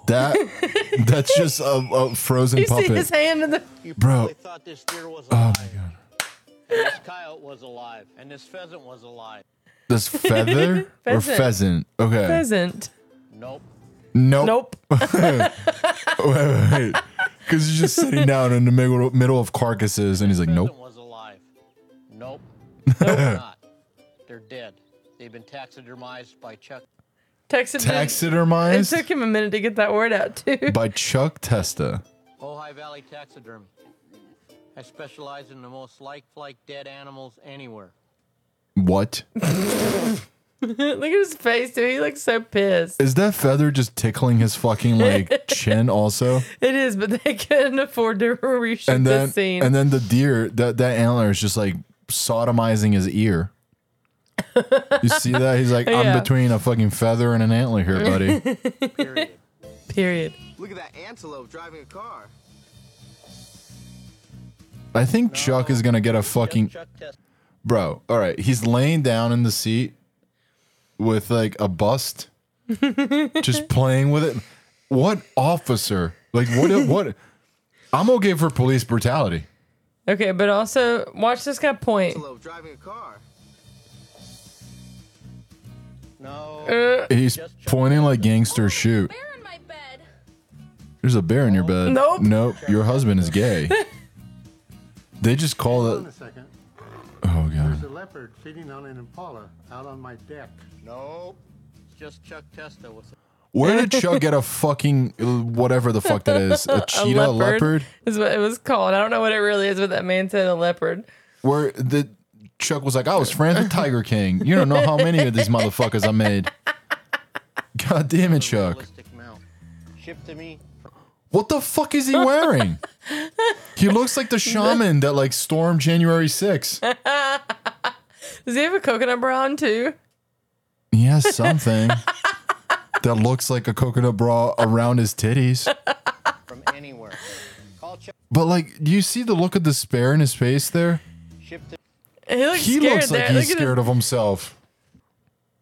[SPEAKER 3] That that's just a, a frozen
[SPEAKER 4] You see his
[SPEAKER 3] puppet.
[SPEAKER 4] hand in the.
[SPEAKER 10] you
[SPEAKER 3] Bro.
[SPEAKER 10] probably thought this deer was
[SPEAKER 3] Oh
[SPEAKER 10] alive,
[SPEAKER 3] my god.
[SPEAKER 10] and this coyote was alive, and this pheasant was alive.
[SPEAKER 3] This feather or
[SPEAKER 4] Pheasant.
[SPEAKER 3] pheasant? Okay.
[SPEAKER 4] Pheasant.
[SPEAKER 10] Nope.
[SPEAKER 3] Nope.
[SPEAKER 4] Nope.
[SPEAKER 3] wait, wait. Because he's just sitting down in the middle, middle of carcasses, and he's like,
[SPEAKER 10] Pheasant
[SPEAKER 3] "Nope."
[SPEAKER 10] was alive. Nope. Nope. not. They're dead. They've been taxidermized by Chuck.
[SPEAKER 4] Texted. It
[SPEAKER 3] Taxidermized
[SPEAKER 4] took him a minute to get that word out too.
[SPEAKER 3] by Chuck Testa.
[SPEAKER 10] Ojai Valley Taxidermy. I specialize in the most like-like dead animals anywhere.
[SPEAKER 3] What
[SPEAKER 4] Look at his face, dude. He looks so pissed.
[SPEAKER 3] is that feather just tickling his fucking like chin also?
[SPEAKER 4] It is, but they couldn't afford to reshoot
[SPEAKER 3] And then
[SPEAKER 4] this scene.
[SPEAKER 3] and then the deer that that antler is just like sodomizing his ear. You see that? He's like, "I'm
[SPEAKER 4] Yeah.
[SPEAKER 3] between a fucking feather and an antler here, buddy."
[SPEAKER 10] Period.
[SPEAKER 4] Period.
[SPEAKER 7] Look at that antelope driving a car.
[SPEAKER 3] I think Chuck is gonna get a fucking
[SPEAKER 10] Chuck test.
[SPEAKER 3] bro. All right, he's laying down in the seat with like a bust, just playing with it. What officer? Like what? What? I'm okay for police brutality.
[SPEAKER 4] Okay, but also watch this guy point.
[SPEAKER 7] Antelope driving a car.
[SPEAKER 10] No.
[SPEAKER 4] Uh,
[SPEAKER 3] He's pointing like gangster shoot.
[SPEAKER 9] Oh, Bear in my bed.
[SPEAKER 3] There's a bear in your bed.
[SPEAKER 4] Nope.
[SPEAKER 3] Nope. Your husband is gay. they just call it.
[SPEAKER 8] second.
[SPEAKER 3] Oh god.
[SPEAKER 8] a leopard feeding on an impala out on my deck.
[SPEAKER 10] Nope. Just Chuck Testa was.
[SPEAKER 3] Where did Chuck get a fucking whatever the fuck that is? A
[SPEAKER 4] a
[SPEAKER 3] cheetah, a leopard?
[SPEAKER 4] is what it was called. I don't know what it really is, but that man said a leopard.
[SPEAKER 3] Where the Chuck was like, I was friends with Tiger King. You don't know how many of these motherfuckers I made. God damn it, Chuck.
[SPEAKER 10] Realistic mount. Shipped to me. from-
[SPEAKER 3] What the fuck is he wearing? He looks like the shaman that like stormed January 6th.
[SPEAKER 4] Does he have a coconut bra on too?
[SPEAKER 3] He has something that looks like a coconut bra around his titties.
[SPEAKER 10] From anywhere. Call Chuck.
[SPEAKER 3] But like, do you see the look of despair in his face there?
[SPEAKER 10] Shipped to.
[SPEAKER 4] He looks
[SPEAKER 3] He
[SPEAKER 4] scared
[SPEAKER 3] looks like
[SPEAKER 4] there. Look
[SPEAKER 3] he's
[SPEAKER 4] at his-
[SPEAKER 3] scared of himself.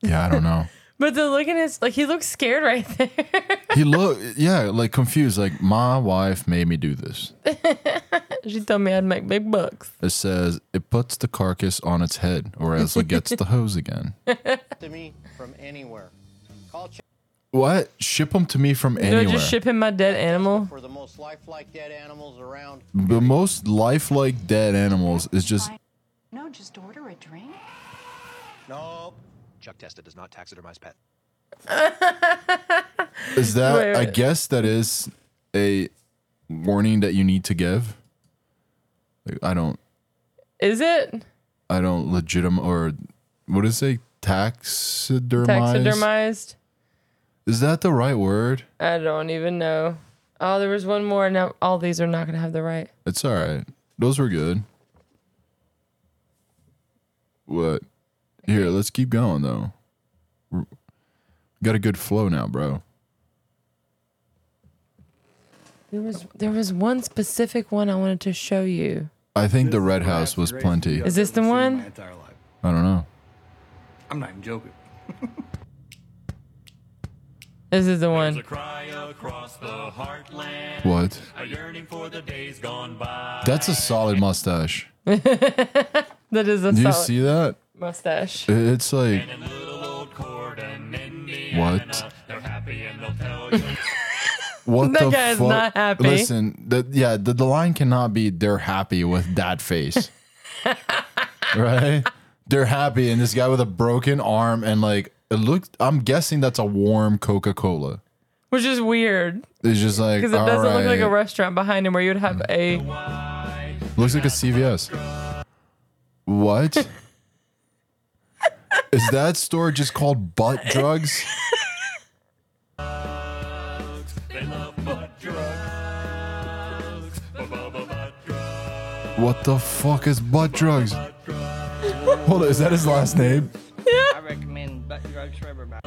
[SPEAKER 3] Yeah, I don't know.
[SPEAKER 4] but the look in his like he looks scared right there.
[SPEAKER 3] He look, yeah, like confused. Like my wife made me do this.
[SPEAKER 4] she told me I'd make big bucks.
[SPEAKER 3] It says it puts the carcass on its head, or else it gets the hose again.
[SPEAKER 10] to me from anywhere. Call Chuck
[SPEAKER 3] What? Ship them to me from
[SPEAKER 4] Do I
[SPEAKER 3] anywhere.
[SPEAKER 4] just ship him my dead animal?
[SPEAKER 10] for the most lifelike dead animals around.
[SPEAKER 3] the most lifelike dead animals is just
[SPEAKER 9] No, just order a drink.
[SPEAKER 10] Nope.
[SPEAKER 5] Chuck Testa does not taxidermize pet.
[SPEAKER 3] Is that?
[SPEAKER 4] Wait,
[SPEAKER 3] I
[SPEAKER 4] wait.
[SPEAKER 3] guess that is a warning that you need to give. Like, I don't.
[SPEAKER 4] Is it
[SPEAKER 3] I don't legitimate or what is it? Taxidermize?
[SPEAKER 4] taxidermized?
[SPEAKER 3] Is that the right word?
[SPEAKER 4] I don't even know. Oh, there was one more. Now all these are not gonna have the right.
[SPEAKER 3] It's all right. Those were good. What? Here, let's keep going though. We're- got a good flow now, bro.
[SPEAKER 4] There was there was one specific one I wanted to show you.
[SPEAKER 3] I think the red house was plenty.
[SPEAKER 4] Is this the
[SPEAKER 5] My
[SPEAKER 4] one?
[SPEAKER 5] entire life.
[SPEAKER 3] I don't know.
[SPEAKER 5] I'm not even joking.
[SPEAKER 4] This is the
[SPEAKER 2] There's a
[SPEAKER 4] one.
[SPEAKER 2] cry across the heartland.
[SPEAKER 3] What?
[SPEAKER 2] A yearning for the days gone by.
[SPEAKER 3] That's a solid mustache.
[SPEAKER 4] That is a
[SPEAKER 3] Do you
[SPEAKER 4] solid
[SPEAKER 3] see that?
[SPEAKER 4] mustache.
[SPEAKER 3] I- It's like
[SPEAKER 2] And in little old Corden, Indiana,
[SPEAKER 3] What?
[SPEAKER 2] They're happy and they'll tell you.
[SPEAKER 3] what
[SPEAKER 4] That
[SPEAKER 3] the
[SPEAKER 4] guy is
[SPEAKER 3] fuck?
[SPEAKER 4] not happy.
[SPEAKER 3] Listen, the, yeah, the, the line cannot be they're happy with that face, right? They're happy, and this guy with a broken arm and like it looked. I'm guessing that's a warm Coca Cola.
[SPEAKER 4] Which is weird
[SPEAKER 3] It's just like
[SPEAKER 4] because it
[SPEAKER 3] all
[SPEAKER 4] doesn't look like a
[SPEAKER 3] right.
[SPEAKER 4] restaurant behind him where you would have a.
[SPEAKER 3] Looks like a CVS. What? Is that store just called Butt Drugs? What the fuck is butt drugs? Hold on, is that his last name?
[SPEAKER 10] I recommend butt drugs for everybody.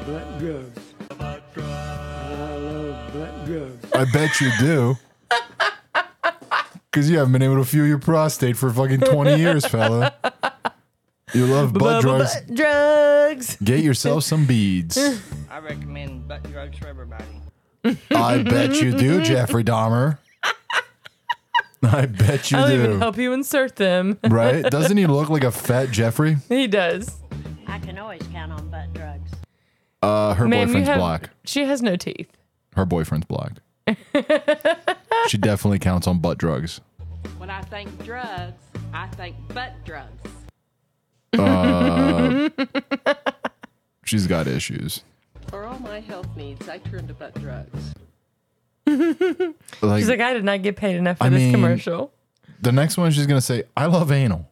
[SPEAKER 3] I bet you do. Because you haven't been able to fuel your prostate for fucking 20 years, fella. You love butt drugs.
[SPEAKER 4] Butt drugs.
[SPEAKER 3] Get yourself some beads.
[SPEAKER 10] I recommend butt drugs for everybody.
[SPEAKER 3] I bet you do, Jeffrey Dahmer. I bet you
[SPEAKER 4] I'll even
[SPEAKER 3] do.
[SPEAKER 4] help you insert them.
[SPEAKER 3] Right? Doesn't he look like a fat Jeffrey?
[SPEAKER 4] He does.
[SPEAKER 9] I can always count on butt drugs.
[SPEAKER 3] Uh, her
[SPEAKER 4] Man, you
[SPEAKER 3] boyfriend's
[SPEAKER 4] have.
[SPEAKER 3] black.
[SPEAKER 4] She has no teeth.
[SPEAKER 3] Her boyfriend's black. she definitely counts on butt drugs.
[SPEAKER 9] When I think drugs, I think butt drugs.
[SPEAKER 3] She's got issues.
[SPEAKER 9] For all my health needs, I turn to butt drugs.
[SPEAKER 3] Like,
[SPEAKER 4] She's like, I did not get paid enough for
[SPEAKER 3] I
[SPEAKER 4] this
[SPEAKER 3] mean-
[SPEAKER 4] commercial.
[SPEAKER 3] the next one, she's gonna say, "I love anal."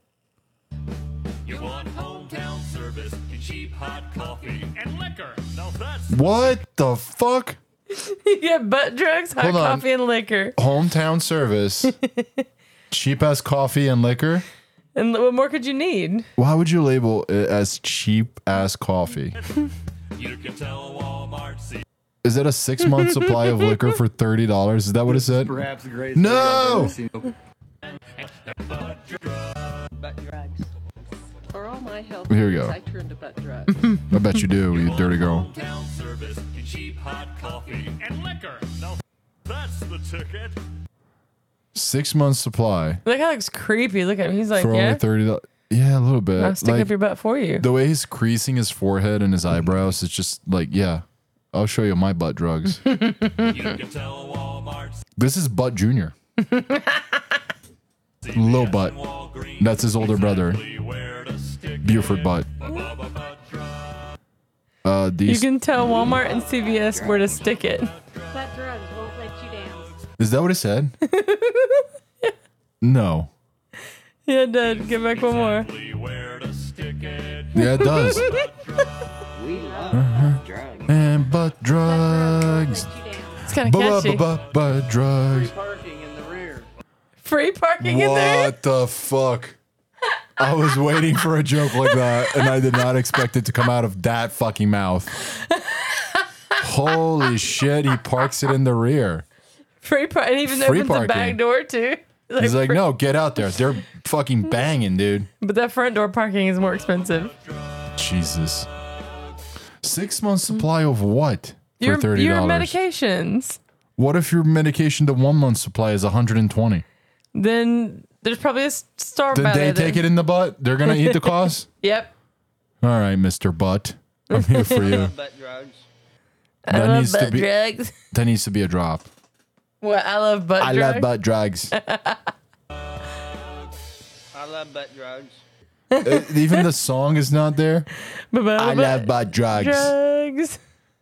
[SPEAKER 2] You want hometown service and cheap hot coffee and liquor. Now that's
[SPEAKER 3] What the fuck?
[SPEAKER 4] you get butt drugs, hot
[SPEAKER 3] Hold on.
[SPEAKER 4] coffee, and liquor.
[SPEAKER 3] Hometown service, cheap ass coffee and liquor.
[SPEAKER 4] And what more could you need?
[SPEAKER 3] Why would you label it as cheap ass coffee?
[SPEAKER 2] you can tell Walmart. See,
[SPEAKER 3] Is that a six month supply of liquor for thirty dollars? Is that what it said?
[SPEAKER 5] Perhaps the greatest.
[SPEAKER 3] No.
[SPEAKER 10] Butt drugs.
[SPEAKER 9] For all my health
[SPEAKER 3] Here we go.
[SPEAKER 9] I turn to butt drugs.
[SPEAKER 3] I bet you do, you dirty girl.
[SPEAKER 2] hometown service and cheap hot coffee and liquor. Now that's the ticket.
[SPEAKER 3] Six months supply
[SPEAKER 4] That guy looks creepy. Look at him. He's like,
[SPEAKER 3] for
[SPEAKER 4] yeah,
[SPEAKER 3] only thirty dollars. Yeah, a little bit.
[SPEAKER 4] I'll stick
[SPEAKER 3] Like,
[SPEAKER 4] up your Mm-hmm. butt for you.
[SPEAKER 3] the way he's creasing his forehead and his eyebrows, it's just like, yeah, I'll show you my butt drugs.
[SPEAKER 2] You can tell Walmart.
[SPEAKER 3] this is Butt Junior. Lil Butt.
[SPEAKER 2] Walgreens.
[SPEAKER 3] That's his older brother,
[SPEAKER 2] Lee, Where to stick
[SPEAKER 3] Buford Butt. Uh,
[SPEAKER 4] you
[SPEAKER 3] these
[SPEAKER 4] can tell Walmart and CVS where to stick it.
[SPEAKER 9] butt drugs won't let you down.
[SPEAKER 3] is that what it said? no.
[SPEAKER 4] Yeah, Dad, get back one more.
[SPEAKER 2] Lee, Where to stick it.
[SPEAKER 3] Yeah, it does. Uh-huh.
[SPEAKER 10] We love butt drugs.
[SPEAKER 3] and butt drugs.
[SPEAKER 9] Let you down.
[SPEAKER 4] It's kind of
[SPEAKER 3] Ba- ba- ba-
[SPEAKER 4] catchy.
[SPEAKER 3] ba- butt drugs.
[SPEAKER 10] Parking in the rear.
[SPEAKER 4] Free parking in there.
[SPEAKER 3] What the fuck? I was waiting for a joke like that, and I did not expect it to come out of that fucking mouth. Holy shit, he parks it in the rear.
[SPEAKER 4] Free parking. And even
[SPEAKER 3] Free
[SPEAKER 4] opens the back
[SPEAKER 3] parking.
[SPEAKER 4] door too. Like,
[SPEAKER 3] He's like,
[SPEAKER 4] free-
[SPEAKER 3] no, get out there. They're fucking banging, dude.
[SPEAKER 4] But that front door parking is more expensive.
[SPEAKER 3] Jesus. Six months supply of what?
[SPEAKER 4] Your
[SPEAKER 3] for $30.
[SPEAKER 4] your medications.
[SPEAKER 3] what if your medication to one month supply is 120?
[SPEAKER 4] Then there's probably a s- star
[SPEAKER 3] Did
[SPEAKER 4] about
[SPEAKER 3] they
[SPEAKER 4] it.
[SPEAKER 3] take it in the butt? They're going to eat the cost?
[SPEAKER 4] Yep.
[SPEAKER 3] All right, Mr. Butt. I'm here for you.
[SPEAKER 10] Butt drugs.
[SPEAKER 4] I
[SPEAKER 3] That
[SPEAKER 4] love
[SPEAKER 3] needs to
[SPEAKER 4] butt
[SPEAKER 3] be
[SPEAKER 4] drugs.
[SPEAKER 3] that needs to be a drop.
[SPEAKER 4] What I love butt
[SPEAKER 3] I
[SPEAKER 4] drugs.
[SPEAKER 3] love butt drugs.
[SPEAKER 10] I love butt drugs.
[SPEAKER 3] Even the song is not there.
[SPEAKER 4] Ba-ba-
[SPEAKER 3] I love butt drugs.
[SPEAKER 4] drugs.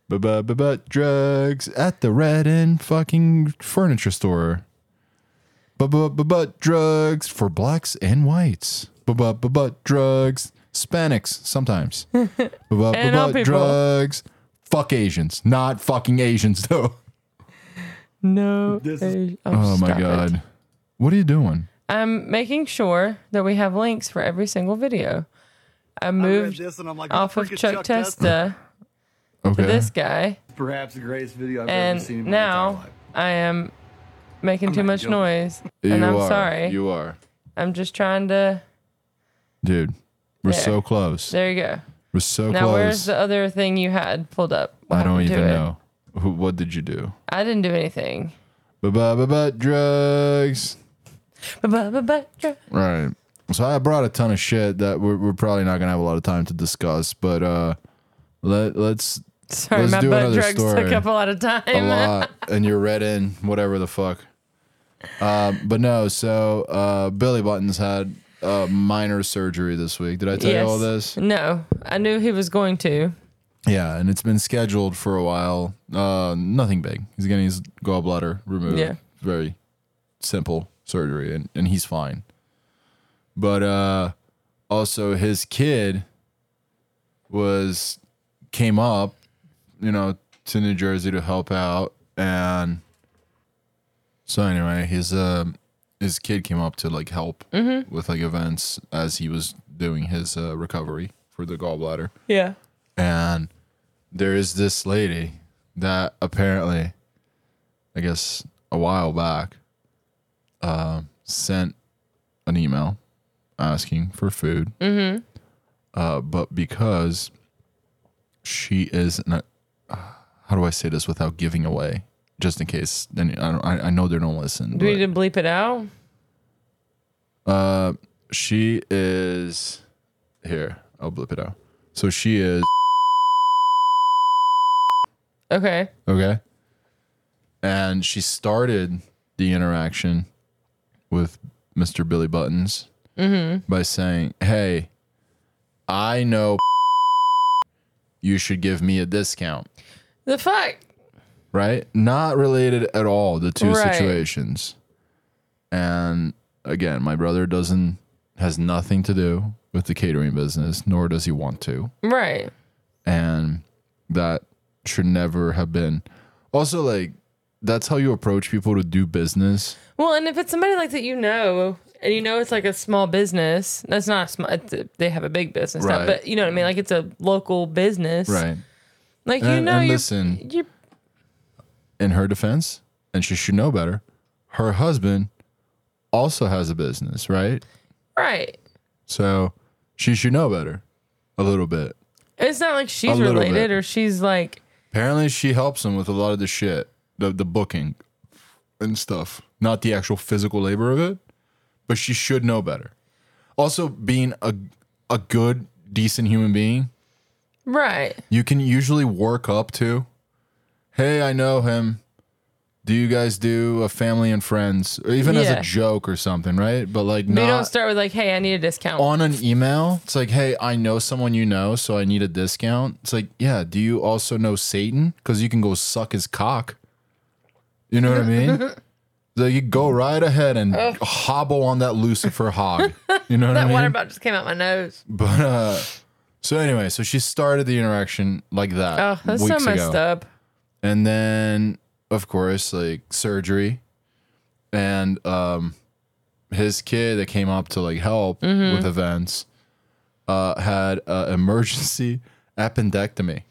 [SPEAKER 3] Butt drugs at the red and fucking furniture store. Butt drugs for blacks and whites. Butt drugs. Hispanics sometimes.
[SPEAKER 4] And all
[SPEAKER 3] Butt
[SPEAKER 4] people.
[SPEAKER 3] drugs. Fuck Asians. Not fucking Asians though.
[SPEAKER 4] No.
[SPEAKER 5] This
[SPEAKER 4] Asian-
[SPEAKER 3] Oh my
[SPEAKER 4] stop it.
[SPEAKER 3] god. What are you doing?
[SPEAKER 4] I'm making sure that we have links for every single video. I
[SPEAKER 5] I read
[SPEAKER 4] moved
[SPEAKER 5] this and I'm like, who the
[SPEAKER 4] off of
[SPEAKER 5] frick is
[SPEAKER 4] Chuck, Testa
[SPEAKER 3] Okay.
[SPEAKER 4] to this guy,
[SPEAKER 5] Perhaps the greatest video I've ever seen.
[SPEAKER 4] and
[SPEAKER 5] In my entire
[SPEAKER 4] now
[SPEAKER 5] life.
[SPEAKER 4] I am making too
[SPEAKER 5] not
[SPEAKER 4] much
[SPEAKER 5] joking.
[SPEAKER 4] noise,
[SPEAKER 3] You
[SPEAKER 4] and I'm
[SPEAKER 3] are.
[SPEAKER 4] sorry.
[SPEAKER 3] You are.
[SPEAKER 4] I'm just trying to.
[SPEAKER 3] Dude, we're
[SPEAKER 4] There.
[SPEAKER 3] so close.
[SPEAKER 4] There you go.
[SPEAKER 3] We're so
[SPEAKER 4] Now,
[SPEAKER 3] close.
[SPEAKER 4] where's the other thing you had pulled up? What
[SPEAKER 3] I don't
[SPEAKER 4] happened to
[SPEAKER 3] even
[SPEAKER 4] it?
[SPEAKER 3] know. Who- What did you do?
[SPEAKER 4] I didn't do anything.
[SPEAKER 3] Ba ba ba ba drugs.
[SPEAKER 4] Ba-ba-ba-ba-dra-
[SPEAKER 3] Right. So I brought a ton of shit that we're, we're probably not gonna have a lot of time to discuss, but uh, let let's
[SPEAKER 4] Sorry,
[SPEAKER 3] Let's
[SPEAKER 4] my
[SPEAKER 3] do
[SPEAKER 4] butt
[SPEAKER 3] another
[SPEAKER 4] drugs took
[SPEAKER 3] story.
[SPEAKER 4] up a lot of time.
[SPEAKER 3] a lot, and you're read in whatever the fuck. Uh, but no, so uh, Billy Buttons had uh, minor surgery this week. Did I tell you all this?
[SPEAKER 4] No, I knew he was going to.
[SPEAKER 3] Yeah, and it's been scheduled for a while. Uh, nothing big. He's getting his gallbladder removed.
[SPEAKER 4] Yeah.
[SPEAKER 3] Very simple surgery, and, and he's fine. But uh, also, his kid was came up, you know, to New Jersey to help out, and so anyway, his uh, his kid came up to like help with like events as he was doing his uh, recovery for the gallbladder
[SPEAKER 4] Yeah.
[SPEAKER 3] and there is this lady that apparently i guess a while back uh, sent an email asking for food mm-hmm. uh, but because she is an, uh, how do i say this without giving away just in case and i, don't, I, I know they don't listen
[SPEAKER 4] Do we
[SPEAKER 3] but-
[SPEAKER 4] need to bleep it out?
[SPEAKER 3] uh, she is here. I'll blip it out. So she is
[SPEAKER 4] Okay.
[SPEAKER 3] okay, and she started the interaction with Mr. Billy Buttons by saying, "Hey, I know you should give me a discount."
[SPEAKER 4] The fuck?
[SPEAKER 3] right? Not related at all, the two
[SPEAKER 4] Right.
[SPEAKER 3] situations. And again, my brother doesn't has nothing to do with the catering business, nor does he want to.
[SPEAKER 4] Right.
[SPEAKER 3] And that should never have been. Also, like that's how you approach people to do business.
[SPEAKER 4] Well, and if it's somebody like that you know, and you know it's like a small business, that's not a small. It's a, they have a big business, not-
[SPEAKER 3] Right.
[SPEAKER 4] but you know what I mean. Like it's a local business,
[SPEAKER 3] Right.
[SPEAKER 4] Like you
[SPEAKER 3] And-
[SPEAKER 4] know,
[SPEAKER 3] and
[SPEAKER 4] you're,
[SPEAKER 3] listen.
[SPEAKER 4] you're
[SPEAKER 3] In her defense, and she should know better, her husband also has a business, right?
[SPEAKER 4] right.
[SPEAKER 3] So she should know better a little bit.
[SPEAKER 4] It's not like she's
[SPEAKER 3] little
[SPEAKER 4] related
[SPEAKER 3] bit.
[SPEAKER 4] or she's like
[SPEAKER 3] Apparently, she helps him with a lot of the shit, the the booking and stuff. Not the actual physical labor of it, but she should know better. Also, being a a good, decent human being,
[SPEAKER 4] right.
[SPEAKER 3] you can usually work up to, "Hey, I know him. Do you guys do a family and friends, or even as
[SPEAKER 4] Yeah.
[SPEAKER 3] a joke or something, right?" But like,
[SPEAKER 4] But you don't
[SPEAKER 3] not
[SPEAKER 4] start with like, hey, I need a discount.
[SPEAKER 3] on an email. It's like, "Hey, I know someone you know, so I need a discount." It's like, "Yeah, do you also know Satan? Because you can go suck his cock." You know what I mean? So you go right ahead and hobble on that Lucifer hog. You know what I
[SPEAKER 4] that
[SPEAKER 3] mean?
[SPEAKER 4] water bottle just came out my nose.
[SPEAKER 3] But uh, so anyway, so she started the interaction like that.
[SPEAKER 4] Oh, that's so
[SPEAKER 3] weeks
[SPEAKER 4] messed
[SPEAKER 3] ago.
[SPEAKER 4] up.
[SPEAKER 3] And then, of course, like surgery. And um, his kid that came up to like help
[SPEAKER 4] Mm-hmm.
[SPEAKER 3] with events uh, had an emergency appendectomy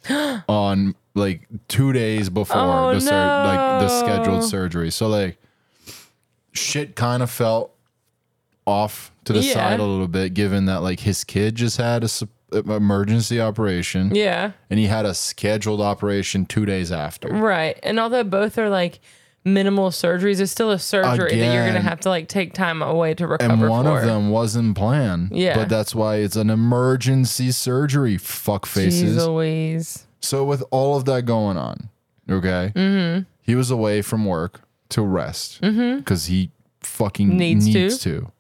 [SPEAKER 3] on like two days before
[SPEAKER 4] Oh,
[SPEAKER 3] the like the
[SPEAKER 4] no.
[SPEAKER 3] scheduled surgery. So like shit kind of felt off to the
[SPEAKER 4] Yeah.
[SPEAKER 3] side a little bit, given that like his kid just had a sup- emergency operation
[SPEAKER 4] Yeah.
[SPEAKER 3] and he had a scheduled operation two days after.
[SPEAKER 4] Right. And although both are like minimal surgeries, it's still a surgery that you're gonna
[SPEAKER 3] Again.
[SPEAKER 4] have to like take time away to recover.
[SPEAKER 3] And one
[SPEAKER 4] for.
[SPEAKER 3] of them wasn't planned.
[SPEAKER 4] Yeah.
[SPEAKER 3] But that's why it's an emergency surgery, fuck faces.
[SPEAKER 4] Jeez Louise.
[SPEAKER 3] So, with all of that going on, okay, mm-hmm. he was away from work to rest because he fucking
[SPEAKER 4] Needs
[SPEAKER 3] needs,
[SPEAKER 4] to.
[SPEAKER 3] to.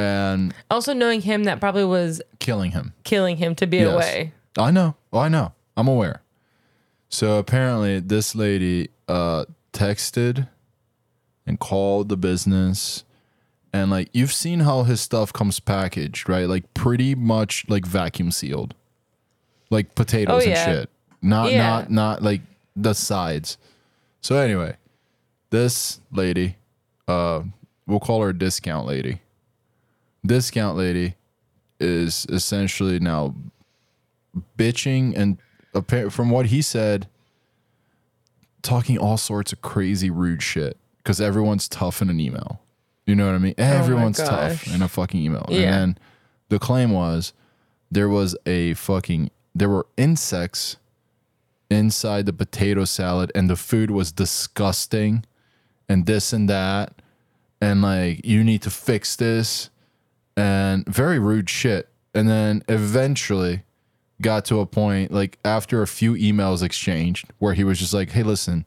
[SPEAKER 3] And
[SPEAKER 4] Also, knowing him, that probably was
[SPEAKER 3] killing him.
[SPEAKER 4] killing him to be
[SPEAKER 3] Yes.
[SPEAKER 4] away.
[SPEAKER 3] I know. Oh, I know. I'm aware. So apparently, this lady uh, texted and called the business, and like you've seen how his stuff comes packaged, right? Like pretty much like vacuum sealed, like potatoes
[SPEAKER 4] Oh, yeah.
[SPEAKER 3] and shit. Not
[SPEAKER 4] Yeah.
[SPEAKER 3] not not like the sides. So anyway, this lady, uh, we'll call her discount lady. Discount lady is essentially now bitching and appa- from what he said talking all sorts of crazy rude shit because everyone's tough in an email you know what i mean everyone's tough
[SPEAKER 4] gosh.
[SPEAKER 3] in a fucking email
[SPEAKER 4] Yeah.
[SPEAKER 3] and then the claim was there was a fucking there were insects inside the potato salad and the food was disgusting and this and that and like you need to fix this and very rude shit and then eventually got to a point like after a few emails exchanged where he was just like hey listen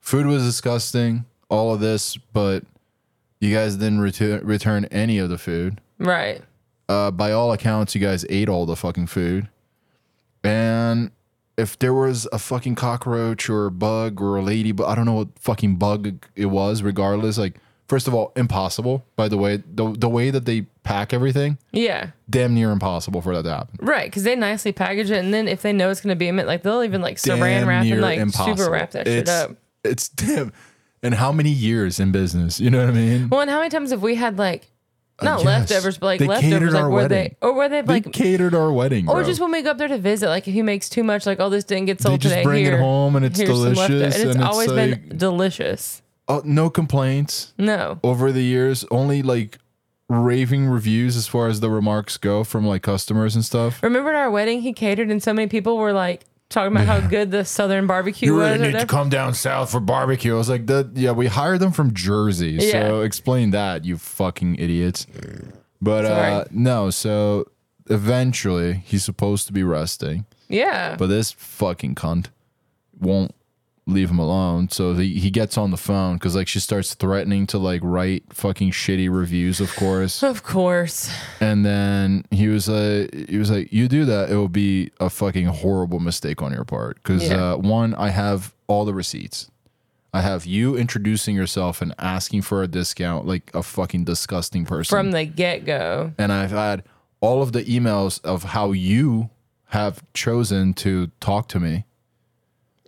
[SPEAKER 3] food was disgusting all of this but you guys didn't retu- return any of the food
[SPEAKER 4] Right.
[SPEAKER 3] uh, by all accounts, you guys ate all the fucking food. And if there was a fucking cockroach or a bug or a ladybug, I don't know what fucking bug it was, regardless. Like, first of all, impossible, by the way. The, the way that they pack everything,
[SPEAKER 4] Yeah.
[SPEAKER 3] damn near impossible for that to happen.
[SPEAKER 4] Right. Because they nicely package it. And then if they know it's going to be a minute, like they'll even like saran
[SPEAKER 3] Damn
[SPEAKER 4] wrap
[SPEAKER 3] near
[SPEAKER 4] and like
[SPEAKER 3] impossible.
[SPEAKER 4] super wrap that shit
[SPEAKER 3] it's,
[SPEAKER 4] up.
[SPEAKER 3] It's damn. And how many years in business? You know what I mean?
[SPEAKER 4] Well, and how many times have we had like, not
[SPEAKER 3] yes.
[SPEAKER 4] leftovers, but like
[SPEAKER 3] They catered
[SPEAKER 4] leftovers, like
[SPEAKER 3] our
[SPEAKER 4] where
[SPEAKER 3] wedding.
[SPEAKER 4] they, or where they've
[SPEAKER 3] they
[SPEAKER 4] like,
[SPEAKER 3] catered our wedding.
[SPEAKER 4] or
[SPEAKER 3] bro.
[SPEAKER 4] just when we go up there to visit, like if he makes too much, like, oh, this didn't get
[SPEAKER 3] They
[SPEAKER 4] sold
[SPEAKER 3] just
[SPEAKER 4] today.
[SPEAKER 3] bring it
[SPEAKER 4] here,
[SPEAKER 3] home and it's
[SPEAKER 4] here's some leftover.
[SPEAKER 3] delicious
[SPEAKER 4] And it's
[SPEAKER 3] and it's
[SPEAKER 4] always
[SPEAKER 3] like-
[SPEAKER 4] been delicious.
[SPEAKER 3] Oh, no complaints.
[SPEAKER 4] No.
[SPEAKER 3] over the years, only like raving reviews as far as the remarks go from like customers and stuff.
[SPEAKER 4] Remember at our wedding, he catered, and so many people were like talking about how good the southern barbecue
[SPEAKER 3] You
[SPEAKER 4] was.
[SPEAKER 3] really need
[SPEAKER 4] or
[SPEAKER 3] to
[SPEAKER 4] whatever.
[SPEAKER 3] come down south for barbecue. I was like, that, yeah, we hired them from Jersey. So
[SPEAKER 4] Yeah.
[SPEAKER 3] explain that, you fucking idiots. But uh,
[SPEAKER 4] Sorry.
[SPEAKER 3] no, so eventually he's supposed to be resting,
[SPEAKER 4] yeah.
[SPEAKER 3] but this fucking cunt won't leave him alone. So he, he gets on the phone because like she starts threatening to like write fucking shitty reviews, of course.
[SPEAKER 4] of course.
[SPEAKER 3] And then he was like, he was like, you do that, it will be a fucking horrible mistake on your part. Because
[SPEAKER 4] Yeah.
[SPEAKER 3] uh, one, I have all the receipts. I have you introducing yourself and asking for a discount like a fucking disgusting person.
[SPEAKER 4] From the get go.
[SPEAKER 3] and I've had all of the emails of how you have chosen to talk to me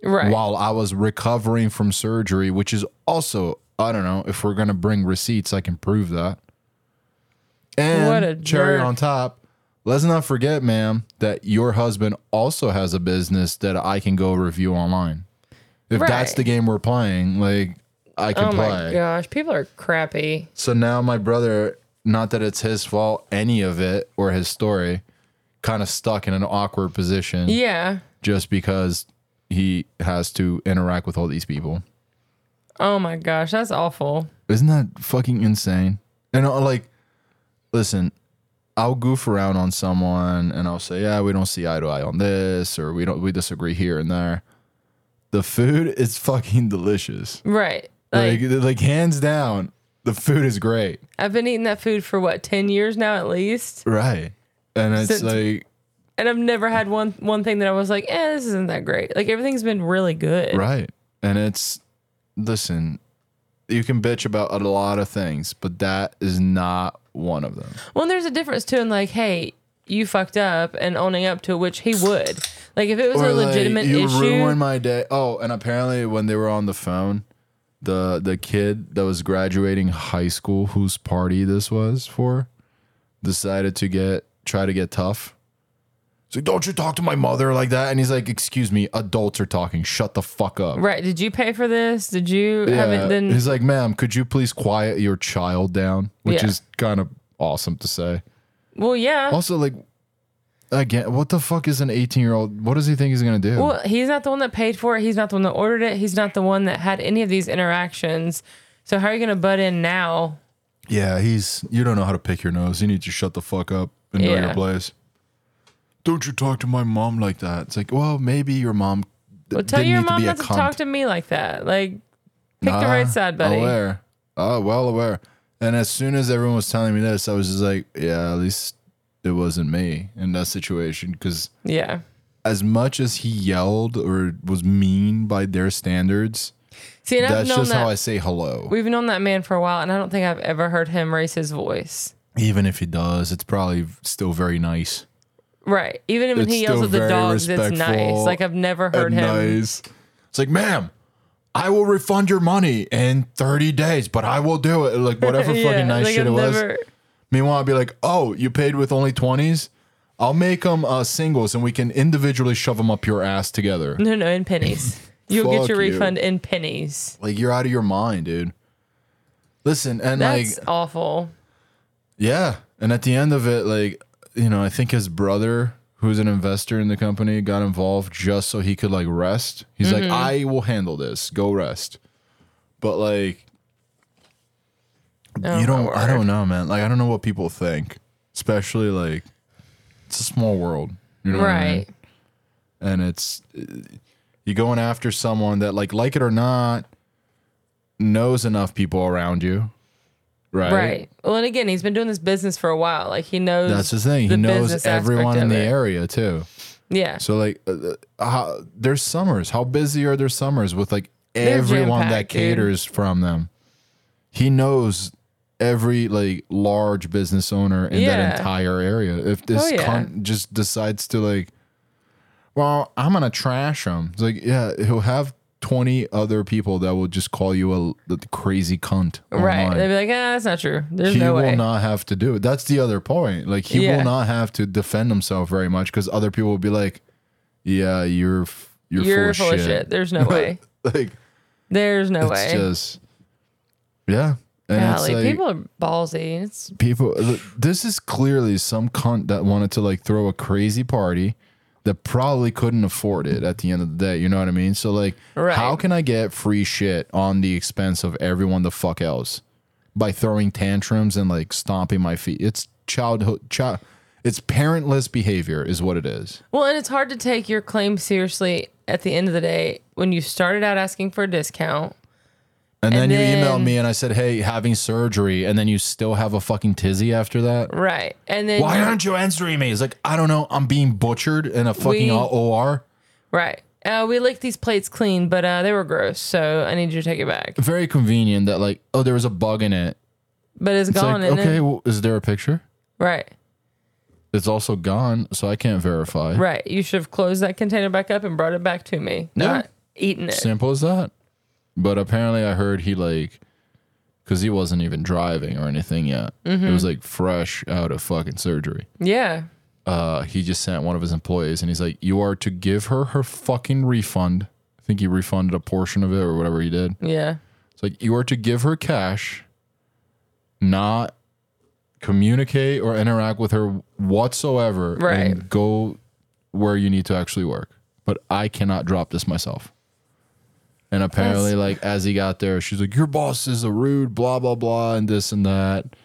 [SPEAKER 4] Right.
[SPEAKER 3] while I was recovering from surgery, which is also, I don't know, if we're going to bring receipts, I can prove that. And
[SPEAKER 4] What a
[SPEAKER 3] cherry
[SPEAKER 4] jerk.
[SPEAKER 3] on top, let's not forget, ma'am, that your husband also has a business that I can go review online. If that's
[SPEAKER 4] Right.
[SPEAKER 3] the game we're playing, like I can
[SPEAKER 4] Oh
[SPEAKER 3] play.
[SPEAKER 4] my gosh. People are crappy.
[SPEAKER 3] So now my brother, not that it's his fault, any of it, or his story, kind of stuck in an awkward position
[SPEAKER 4] Yeah.
[SPEAKER 3] just because he has to interact with all these people.
[SPEAKER 4] Oh my gosh. That's awful.
[SPEAKER 3] Isn't that fucking insane? And uh, like, listen, I'll goof around on someone and I'll say, yeah, we don't see eye to eye on this, or we don't, we disagree here and there. The food is fucking delicious.
[SPEAKER 4] Right.
[SPEAKER 3] Like,
[SPEAKER 4] Like,
[SPEAKER 3] like, hands down, the food is great.
[SPEAKER 4] I've been eating that food for what, 10 years now at least?
[SPEAKER 3] Right. And it's
[SPEAKER 4] Since-
[SPEAKER 3] like,
[SPEAKER 4] And I've never had one one thing that I was like, eh, this isn't that great. Like everything's been really good.
[SPEAKER 3] right. And it's, listen, you can bitch about a lot of things, but that is not one of them.
[SPEAKER 4] Well, and there's a difference too in like, hey, you fucked up and owning up to which he would. Like if it was a
[SPEAKER 3] like,
[SPEAKER 4] legitimate
[SPEAKER 3] you
[SPEAKER 4] issue.
[SPEAKER 3] ruined my day. Oh, and apparently when they were on the phone, the the kid that was graduating high school, whose party this was for, decided to get try to get tough. He's like, "Don't you talk to my mother like that?" And he's like, "Excuse me, adults are talking. Shut the fuck up."
[SPEAKER 4] right. Did you pay for this? Did you have
[SPEAKER 3] Yeah.
[SPEAKER 4] it then
[SPEAKER 3] he's like, "Ma'am, could you please quiet your child down?" Which
[SPEAKER 4] Yeah.
[SPEAKER 3] is kind of awesome to say.
[SPEAKER 4] Well yeah.
[SPEAKER 3] Also, like, again, what the fuck is an eighteen-year-old? What does he think he's gonna do?
[SPEAKER 4] Well, he's not the one that paid for it. He's not the one that ordered it. He's not the one that had any of these interactions. So how are you going to butt in now?
[SPEAKER 3] Yeah, he's. You don't know how to pick your nose. You need to shut the fuck up and know your
[SPEAKER 4] Yeah.
[SPEAKER 3] place. Don't you talk to my mom like that? It's like, well, maybe your mom. d-
[SPEAKER 4] Well, tell
[SPEAKER 3] didn't
[SPEAKER 4] your
[SPEAKER 3] need to
[SPEAKER 4] mom
[SPEAKER 3] be a
[SPEAKER 4] not to
[SPEAKER 3] cunt. Ah,
[SPEAKER 4] talk to me like that. Like, pick the right side, buddy.
[SPEAKER 3] Aware, oh, well aware. And as soon as everyone was telling me this, I was just like, yeah, at least it wasn't me in that situation. Because
[SPEAKER 4] Yeah.
[SPEAKER 3] as much as he yelled or was mean by their standards,
[SPEAKER 4] See, and I've
[SPEAKER 3] that's
[SPEAKER 4] known
[SPEAKER 3] just
[SPEAKER 4] that.
[SPEAKER 3] how I say hello.
[SPEAKER 4] We've known that man for a while, and I don't think I've ever heard him raise his voice.
[SPEAKER 3] Even if he does, it's probably still very nice.
[SPEAKER 4] Right. Even when
[SPEAKER 3] It's
[SPEAKER 4] he yells
[SPEAKER 3] still
[SPEAKER 4] at the
[SPEAKER 3] very
[SPEAKER 4] dogs, it's nice.
[SPEAKER 3] respectful
[SPEAKER 4] Like I've never heard
[SPEAKER 3] and
[SPEAKER 4] him.
[SPEAKER 3] nice. It's like, ma'am, I will refund your money in 30 days, but I will do it. Like whatever
[SPEAKER 4] Yeah,
[SPEAKER 3] fucking nice
[SPEAKER 4] like,
[SPEAKER 3] shit
[SPEAKER 4] I've
[SPEAKER 3] it was.
[SPEAKER 4] never-
[SPEAKER 3] Meanwhile, I'd be like, oh, you paid with only 20s? I'll make them uh, singles and we can individually shove them up your ass together.
[SPEAKER 4] No, no, in pennies. You'll get
[SPEAKER 3] Fuck
[SPEAKER 4] your
[SPEAKER 3] you.
[SPEAKER 4] refund in pennies.
[SPEAKER 3] Like you're out of your mind, dude. Listen, and
[SPEAKER 4] That's
[SPEAKER 3] like,
[SPEAKER 4] awful.
[SPEAKER 3] yeah. And at the end of it, like, you know, I think his brother, who's an investor in the company, got involved just so he could like rest. He's
[SPEAKER 4] Mm-hmm.
[SPEAKER 3] like, I will handle this. Go rest. But like,
[SPEAKER 4] Oh,
[SPEAKER 3] you
[SPEAKER 4] my
[SPEAKER 3] don't. I
[SPEAKER 4] word.
[SPEAKER 3] don't know, man. Like, I don't know what people think, especially like, it's a small world. You know What I mean?
[SPEAKER 4] right.
[SPEAKER 3] and it's you're going after someone that like like it or not knows enough people around you right
[SPEAKER 4] right, Well, and again, he's been doing this business for a while. Like he knows
[SPEAKER 3] that's his thing
[SPEAKER 4] the
[SPEAKER 3] he knows
[SPEAKER 4] business aspect
[SPEAKER 3] everyone in
[SPEAKER 4] of
[SPEAKER 3] the
[SPEAKER 4] it.
[SPEAKER 3] area too
[SPEAKER 4] Yeah,
[SPEAKER 3] so like uh, uh, how, their summers how busy are their summers with like everyone that
[SPEAKER 4] jam-packed, dude.
[SPEAKER 3] caters from them he knows every like large business owner in
[SPEAKER 4] Yeah.
[SPEAKER 3] that entire area if this
[SPEAKER 4] Oh, yeah.
[SPEAKER 3] cunt just decides to like well i'm gonna trash him it's like yeah he'll have 20 other people that will just call you a, l- crazy cunt
[SPEAKER 4] right.
[SPEAKER 3] online
[SPEAKER 4] They'd be like, ah, that's not true. There's
[SPEAKER 3] he
[SPEAKER 4] no
[SPEAKER 3] will
[SPEAKER 4] way.
[SPEAKER 3] not have to do it. That's the other point. Like he
[SPEAKER 4] Yeah.
[SPEAKER 3] will not have to defend himself very much because other people will be like, "Yeah, you're f- you're,
[SPEAKER 4] You're
[SPEAKER 3] full, of shit."
[SPEAKER 4] There's no way.
[SPEAKER 3] like
[SPEAKER 4] There's
[SPEAKER 3] it's
[SPEAKER 4] no way.
[SPEAKER 3] just yeah, and it's
[SPEAKER 4] Golly,
[SPEAKER 3] like
[SPEAKER 4] people are ballsy. It's
[SPEAKER 3] people. This is clearly some cunt that wanted to like throw a crazy party that probably couldn't afford it at the end of the day. You know what I mean? So like,
[SPEAKER 4] Right.
[SPEAKER 3] how can I get free shit on the expense of everyone the fuck else by throwing tantrums and like stomping my feet? It's childhood child. It's parentless behavior, is what it is.
[SPEAKER 4] Well, and it's hard to take your claim seriously at the end of the day when you started out asking for a discount.
[SPEAKER 3] And, then,
[SPEAKER 4] And
[SPEAKER 3] you
[SPEAKER 4] then-
[SPEAKER 3] emailed me and I said, "Hey, having surgery," and then you still have a fucking tizzy after that.
[SPEAKER 4] Right. And then
[SPEAKER 3] Why aren't you answering me? It's like I don't know. I'm being butchered in a fucking
[SPEAKER 4] We-
[SPEAKER 3] OR.
[SPEAKER 4] Right. Uh, we licked these plates clean, but uh, they were gross, so I need you to take it back.
[SPEAKER 3] very convenient that like oh there was a bug in it.
[SPEAKER 4] But it's
[SPEAKER 3] It's
[SPEAKER 4] gone,
[SPEAKER 3] like
[SPEAKER 4] isn't
[SPEAKER 3] okay,
[SPEAKER 4] it?
[SPEAKER 3] well, is there a picture?
[SPEAKER 4] Right.
[SPEAKER 3] It's also gone, so I can't verify.
[SPEAKER 4] Right. You should have closed that container back up and brought it back to me.
[SPEAKER 3] Yeah.
[SPEAKER 4] Not eaten it.
[SPEAKER 3] Simple as that. But apparently, I heard he like because he wasn't even driving or anything yet. It
[SPEAKER 4] Mm-hmm.
[SPEAKER 3] was like fresh out of fucking surgery.
[SPEAKER 4] Yeah.
[SPEAKER 3] Uh, he just sent one of his employees, and he's like, "You are to give her her fucking refund." I think he refunded a portion of it or whatever he did.
[SPEAKER 4] Yeah.
[SPEAKER 3] It's like you are to give her cash, not communicate or interact with her whatsoever.
[SPEAKER 4] Right.
[SPEAKER 3] And go where you need to actually work. But I cannot drop this myself. And apparently, like as he got there, she's like, Your boss is a rude, blah, blah, blah, and this and that.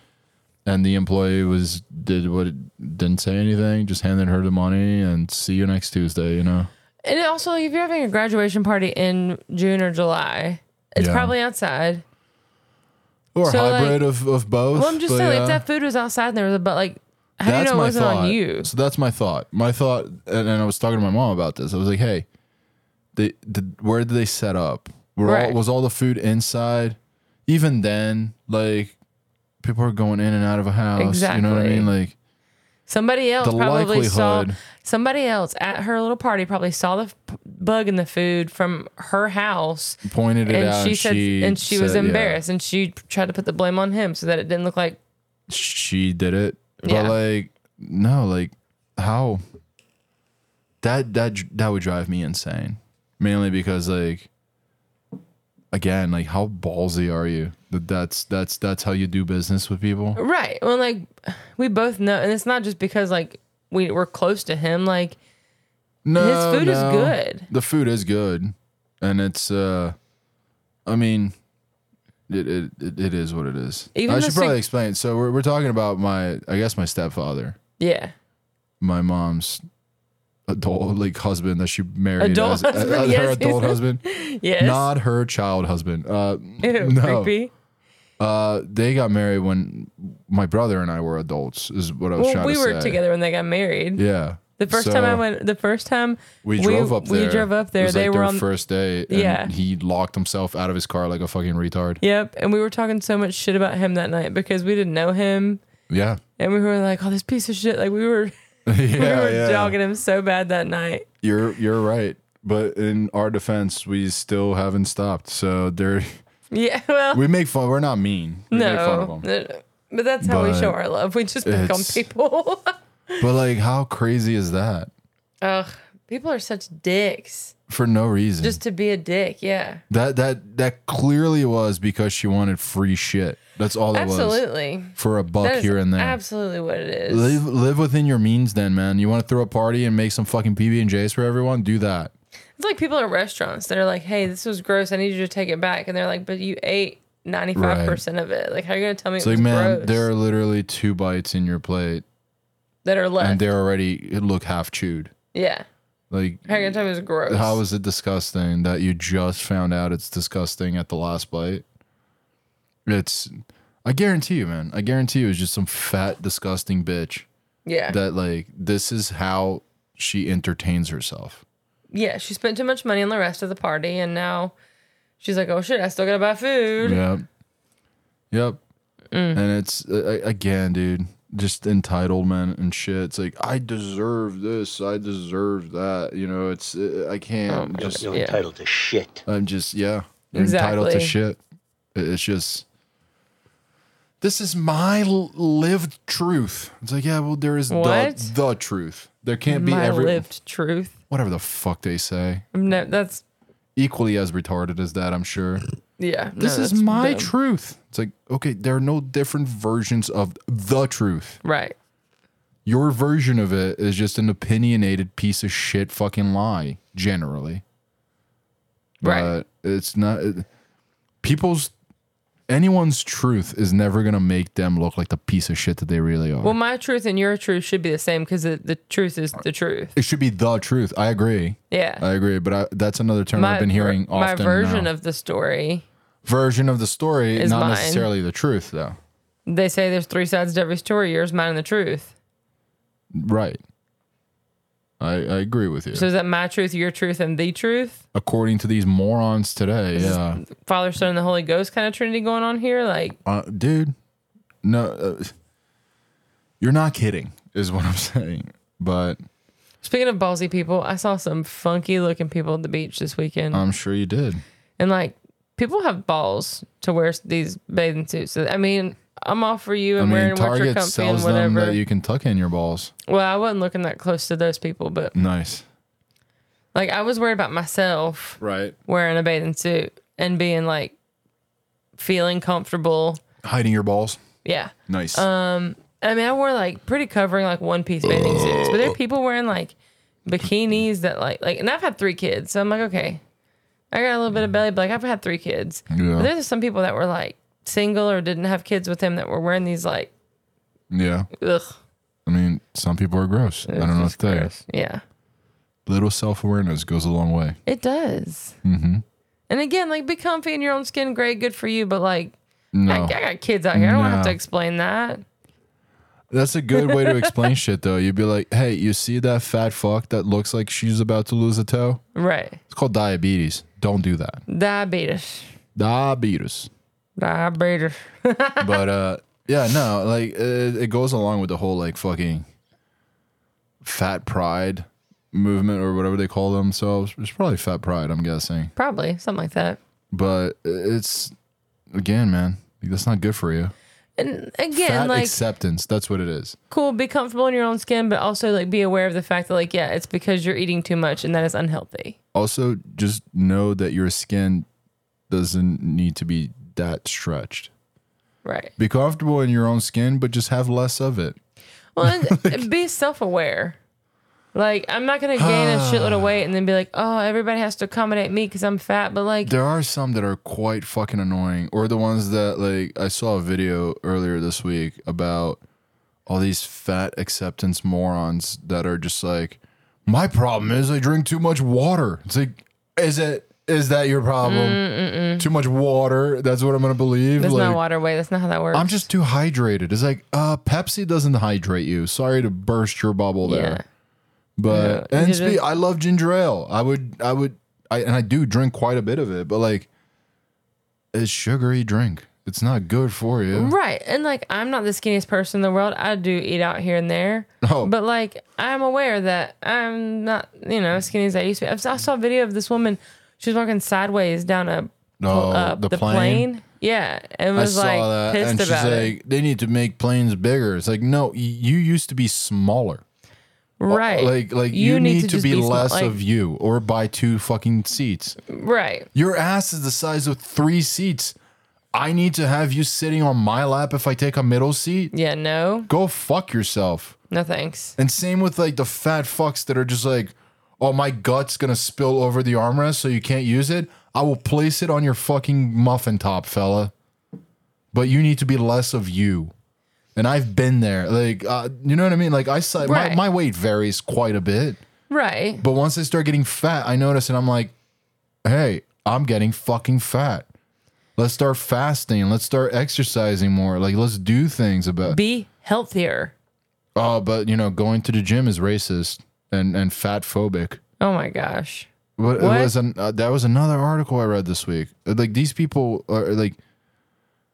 [SPEAKER 3] And the employee was did what it didn't say anything, just handed her the money and see you next Tuesday, you know.
[SPEAKER 4] And it also, like, if you're having a graduation party in June or July, it's
[SPEAKER 3] Yeah.
[SPEAKER 4] probably outside.
[SPEAKER 3] Or a
[SPEAKER 4] So, like-
[SPEAKER 3] hybrid of, of both.
[SPEAKER 4] Well, I'm just
[SPEAKER 3] but
[SPEAKER 4] saying,
[SPEAKER 3] yeah.
[SPEAKER 4] if that food was outside and there was a but, like, how do you know it wasn't
[SPEAKER 3] uh, thought.
[SPEAKER 4] on you?
[SPEAKER 3] So that's my thought. My thought, and, and I was talking to my mom about this. I was like, "Hey, they, did, where did they set up? Were all,
[SPEAKER 4] Right.
[SPEAKER 3] was all the food inside? Even then, like people are going in and out of a house. You know what I
[SPEAKER 4] Exactly.
[SPEAKER 3] mean? Like,
[SPEAKER 4] Somebody else
[SPEAKER 3] The
[SPEAKER 4] probably saw
[SPEAKER 3] likelihood-
[SPEAKER 4] somebody else at her little party probably saw the f- bug in the food from her house,
[SPEAKER 3] pointed it
[SPEAKER 4] and
[SPEAKER 3] out.
[SPEAKER 4] she said, and she was
[SPEAKER 3] said, yeah,
[SPEAKER 4] embarrassed, and she tried to put the blame on him so that it didn't look like
[SPEAKER 3] she did it.
[SPEAKER 4] Yeah.
[SPEAKER 3] But like, no, like how? That that dr- that would drive me insane. Mainly because like, again, like how ballsy are you? That that's that's that's how you do business with people.
[SPEAKER 4] right. Well, like we both know, and it's not just because like we we're close to him. Like
[SPEAKER 3] No,
[SPEAKER 4] food is
[SPEAKER 3] no.
[SPEAKER 4] good.
[SPEAKER 3] The food is good, and it's uh, I mean, it it, it, it is what it is. I
[SPEAKER 4] Even the
[SPEAKER 3] should
[SPEAKER 4] sig-
[SPEAKER 3] probably explain. So we're we're talking about my I guess my stepfather.
[SPEAKER 4] yeah,
[SPEAKER 3] my mom's adult like husband that she married
[SPEAKER 4] Adult
[SPEAKER 3] as,
[SPEAKER 4] husband,
[SPEAKER 3] as her
[SPEAKER 4] yes.
[SPEAKER 3] adult husband
[SPEAKER 4] yes,
[SPEAKER 3] not her child husband uh
[SPEAKER 4] Ew,
[SPEAKER 3] no
[SPEAKER 4] creepy.
[SPEAKER 3] uh they got married when my brother and i were adults is what i was
[SPEAKER 4] Well,
[SPEAKER 3] trying
[SPEAKER 4] we
[SPEAKER 3] to say.
[SPEAKER 4] were together when they got married.
[SPEAKER 3] yeah
[SPEAKER 4] The first time I
[SPEAKER 3] So
[SPEAKER 4] went, the first time
[SPEAKER 3] we drove up there
[SPEAKER 4] we drove up there.
[SPEAKER 3] it was
[SPEAKER 4] They
[SPEAKER 3] like
[SPEAKER 4] were
[SPEAKER 3] their
[SPEAKER 4] on
[SPEAKER 3] first day and
[SPEAKER 4] Yeah.
[SPEAKER 3] he locked himself out of his car like a fucking retard
[SPEAKER 4] Yep. And we were talking so much shit about him that night because we didn't know him.
[SPEAKER 3] yeah
[SPEAKER 4] And we were like, oh, this piece of shit. Like, we were,
[SPEAKER 3] yeah,
[SPEAKER 4] we were
[SPEAKER 3] yeah.
[SPEAKER 4] dogging him so bad that night.
[SPEAKER 3] you're you're right but in our defense we still haven't stopped so there
[SPEAKER 4] Yeah. Well,
[SPEAKER 3] we make fun we're not mean we make fun of
[SPEAKER 4] no.
[SPEAKER 3] them
[SPEAKER 4] But that's how we
[SPEAKER 3] But
[SPEAKER 4] show our love. We just pick on
[SPEAKER 3] it's-
[SPEAKER 4] people.
[SPEAKER 3] But like, how crazy is that?
[SPEAKER 4] Ugh. People are such dicks.
[SPEAKER 3] For no reason.
[SPEAKER 4] Just to be a dick. Yeah.
[SPEAKER 3] that that that clearly was because she wanted free shit. That's all it was.
[SPEAKER 4] Absolutely.
[SPEAKER 3] For a buck
[SPEAKER 4] That is
[SPEAKER 3] here and there.
[SPEAKER 4] Absolutely what it is.
[SPEAKER 3] Live live within your means then, man. You want to throw a party and make some fucking PB and J's for everyone? Do that.
[SPEAKER 4] It's like people at restaurants that are like, "Hey, this was gross. I need you to take it back," and they're like, "But you ate ninety five percent of it. Like, how are you gonna tell me
[SPEAKER 3] It's
[SPEAKER 4] it
[SPEAKER 3] like,
[SPEAKER 4] was
[SPEAKER 3] man,
[SPEAKER 4] gross
[SPEAKER 3] there are literally two bites in your plate
[SPEAKER 4] that are left?"
[SPEAKER 3] and they already look half chewed.
[SPEAKER 4] yeah,
[SPEAKER 3] Like
[SPEAKER 4] how are you gonna tell me it was gross?
[SPEAKER 3] how is it disgusting that you just found out it's disgusting at the last bite? It's I guarantee you, man. I guarantee you it's just some fat, disgusting bitch
[SPEAKER 4] yeah,
[SPEAKER 3] that like this is how she entertains herself.
[SPEAKER 4] yeah. She spent too much money on the rest of the party, and now she's like, "Oh shit, I still gotta buy food."
[SPEAKER 3] Yep. Yep. And it's uh, again, dude, just entitlement and shit. It's like I deserve this, I deserve that. You know, it's uh, I can't just.
[SPEAKER 4] Yeah.
[SPEAKER 11] to shit.
[SPEAKER 3] I'm just yeah. You're entitled to
[SPEAKER 4] Exactly.
[SPEAKER 3] shit. It- It's just. This is my l- lived truth. It's like, yeah, well, there is
[SPEAKER 4] What?
[SPEAKER 3] the the truth. There can't be
[SPEAKER 4] My
[SPEAKER 3] every
[SPEAKER 4] lived truth.
[SPEAKER 3] whatever the fuck they say.
[SPEAKER 4] No, that's
[SPEAKER 3] Equally as retarded as that, I'm sure.
[SPEAKER 4] yeah. no,
[SPEAKER 3] This is
[SPEAKER 4] that's
[SPEAKER 3] my
[SPEAKER 4] dumb.
[SPEAKER 3] truth. It's like, okay, there are no different versions of the truth.
[SPEAKER 4] Right.
[SPEAKER 3] Your version of it is just an opinionated piece of shit fucking lie, generally.
[SPEAKER 4] Right.
[SPEAKER 3] But it's not it- people's anyone's truth is never gonna make them look like the piece of shit that they really are.
[SPEAKER 4] Well, my truth and your truth should be the same because the, the truth is the truth.
[SPEAKER 3] it should be the truth. I agree.
[SPEAKER 4] Yeah.
[SPEAKER 3] I agree, but I, that's another term I've been
[SPEAKER 4] ver-
[SPEAKER 3] hearing often.
[SPEAKER 4] my version
[SPEAKER 3] now.
[SPEAKER 4] of the story.
[SPEAKER 3] version of the story,
[SPEAKER 4] is
[SPEAKER 3] not
[SPEAKER 4] mine.
[SPEAKER 3] necessarily the truth, though.
[SPEAKER 4] They say there's three sides to every story: yours, mine, and the truth.
[SPEAKER 3] Right. I, I agree with you.
[SPEAKER 4] So is that my truth, your truth, and the truth?
[SPEAKER 3] According to these morons today, yeah,
[SPEAKER 4] Father, Son, and the Holy Ghost kind of trinity going on here? Like,
[SPEAKER 3] uh, dude, no, uh, you're not kidding, is what I'm saying. But
[SPEAKER 4] speaking of ballsy people, I saw some funky looking people at the beach this weekend,
[SPEAKER 3] I'm sure you did.
[SPEAKER 4] and like people have balls to wear s- these bathing suits. So, I mean, I'm all for you
[SPEAKER 3] I
[SPEAKER 4] and
[SPEAKER 3] mean,
[SPEAKER 4] wearing what you're
[SPEAKER 3] Target
[SPEAKER 4] comfy and
[SPEAKER 3] sells them
[SPEAKER 4] whatever.
[SPEAKER 3] that you can tuck in your balls.
[SPEAKER 4] well, I wasn't looking that close to those people, but
[SPEAKER 3] Nice,
[SPEAKER 4] like I was worried about myself
[SPEAKER 3] right?
[SPEAKER 4] wearing a bathing suit and being like feeling comfortable.
[SPEAKER 3] Hiding your balls,
[SPEAKER 4] Yeah.
[SPEAKER 3] nice.
[SPEAKER 4] Uh, I mean, I wore like pretty covering like one piece bathing suits, but there are people wearing like bikinis that like like, and I've had three kids, so I'm like, okay, I got a little bit of belly, but like I've had three kids.
[SPEAKER 3] Yeah.
[SPEAKER 4] But there's some people that were like single or didn't have kids with them that were wearing these like
[SPEAKER 3] yeah,
[SPEAKER 4] ugh.
[SPEAKER 3] I mean, some people are gross. I don't know if they.
[SPEAKER 4] Yeah,
[SPEAKER 3] Little self awareness goes a long way.
[SPEAKER 4] it does.
[SPEAKER 3] Mm-hmm.
[SPEAKER 4] And again, like be comfy in your own skin, great, good for you. But like, I,
[SPEAKER 3] No,
[SPEAKER 4] I got kids out here. I don't have to
[SPEAKER 3] No.
[SPEAKER 4] explain that.
[SPEAKER 3] That's a good way to explain shit, though. You'd be like, hey, you see that fat fuck that looks like she's about to lose a toe?
[SPEAKER 4] Right.
[SPEAKER 3] It's called diabetes. Don't do that.
[SPEAKER 4] Diabetes.
[SPEAKER 3] Diabetes.
[SPEAKER 4] Diabetes.
[SPEAKER 3] But, uh, yeah, no, like, uh, it, it goes along with the whole, like, fucking fat pride movement or whatever they call themselves. It's probably fat pride, I'm guessing.
[SPEAKER 4] Probably something like that.
[SPEAKER 3] But it's, again, man, like, that's not good for you.
[SPEAKER 4] And again,
[SPEAKER 3] Fat
[SPEAKER 4] like
[SPEAKER 3] acceptance. That's what it is.
[SPEAKER 4] cool, be comfortable in your own skin, but also like be aware of the fact that like yeah, it's because you're eating too much and that is unhealthy.
[SPEAKER 3] Also, just know that your skin doesn't need to be that stretched.
[SPEAKER 4] Right.
[SPEAKER 3] Be comfortable in your own skin, but just have less of it.
[SPEAKER 4] Well, and be self-aware. Like I'm not gonna gain a shitload of weight and then be like, oh, everybody has to accommodate me because I'm fat. But like,
[SPEAKER 3] There are some that are quite fucking annoying, or the ones that, like, I saw a video earlier this week about all these fat acceptance morons that are just like, my problem is I drink too much water. It's like, is it? Is that your problem? Too much water. That's what I'm gonna believe.
[SPEAKER 4] that's
[SPEAKER 3] Like,
[SPEAKER 4] not water weight. That's not how that works.
[SPEAKER 3] I'm just too hydrated. It's like, uh, Pepsi doesn't hydrate you. Sorry to burst your bubble there.
[SPEAKER 4] Yeah.
[SPEAKER 3] But
[SPEAKER 4] Yeah,
[SPEAKER 3] and
[SPEAKER 4] you
[SPEAKER 3] spe-
[SPEAKER 4] just-
[SPEAKER 3] I love ginger ale. I would, I would, I and I do drink quite a bit of it. But like, it's sugary drink. It's not good for you.
[SPEAKER 4] Right. And like I'm not the skinniest person in the world. I do eat out here and there.
[SPEAKER 3] Oh.
[SPEAKER 4] But like I'm aware that I'm not, you know, as skinny as I used to be. I saw I saw a video of this woman. She was walking sideways down a
[SPEAKER 3] Oh,
[SPEAKER 4] uh,
[SPEAKER 3] the
[SPEAKER 4] the,
[SPEAKER 3] plane?
[SPEAKER 4] plane. Yeah. And
[SPEAKER 3] I
[SPEAKER 4] was
[SPEAKER 3] saw
[SPEAKER 4] like
[SPEAKER 3] that,
[SPEAKER 4] pissed
[SPEAKER 3] and she's
[SPEAKER 4] about it.
[SPEAKER 3] like, they need to make planes bigger. It's like, no, y- you used to be smaller.
[SPEAKER 4] Right.
[SPEAKER 3] "Oh, Like, like you, need, to,
[SPEAKER 4] just
[SPEAKER 3] be,
[SPEAKER 4] small-
[SPEAKER 3] less
[SPEAKER 4] like,
[SPEAKER 3] of you, or buy two fucking seats.
[SPEAKER 4] Right.
[SPEAKER 3] Your ass is the size of three seats. I need to have you sitting on my lap if I take a middle seat.
[SPEAKER 4] Yeah, no,
[SPEAKER 3] Go fuck yourself.
[SPEAKER 4] no thanks.
[SPEAKER 3] And same with like the fat fucks that are just like, oh, my gut's gonna spill over the armrest so you can't use it. I will place it on your fucking muffin top, fella. But you need to be less of you. And I've been there. Like, uh, you know what I mean? Like, I si-
[SPEAKER 4] Right.
[SPEAKER 3] my, my weight varies quite a bit.
[SPEAKER 4] Right.
[SPEAKER 3] But once I start getting fat, I notice and I'm like, hey, I'm getting fucking fat. Let's start fasting. Let's start exercising more. Like, let's do things about
[SPEAKER 4] Be healthier.
[SPEAKER 3] Oh, but you know, going to the gym is racist and and fat phobic.
[SPEAKER 4] Oh my gosh.
[SPEAKER 3] But it
[SPEAKER 4] What?
[SPEAKER 3] was an uh, that was another article I read this week. Uh, Like these people are uh, like,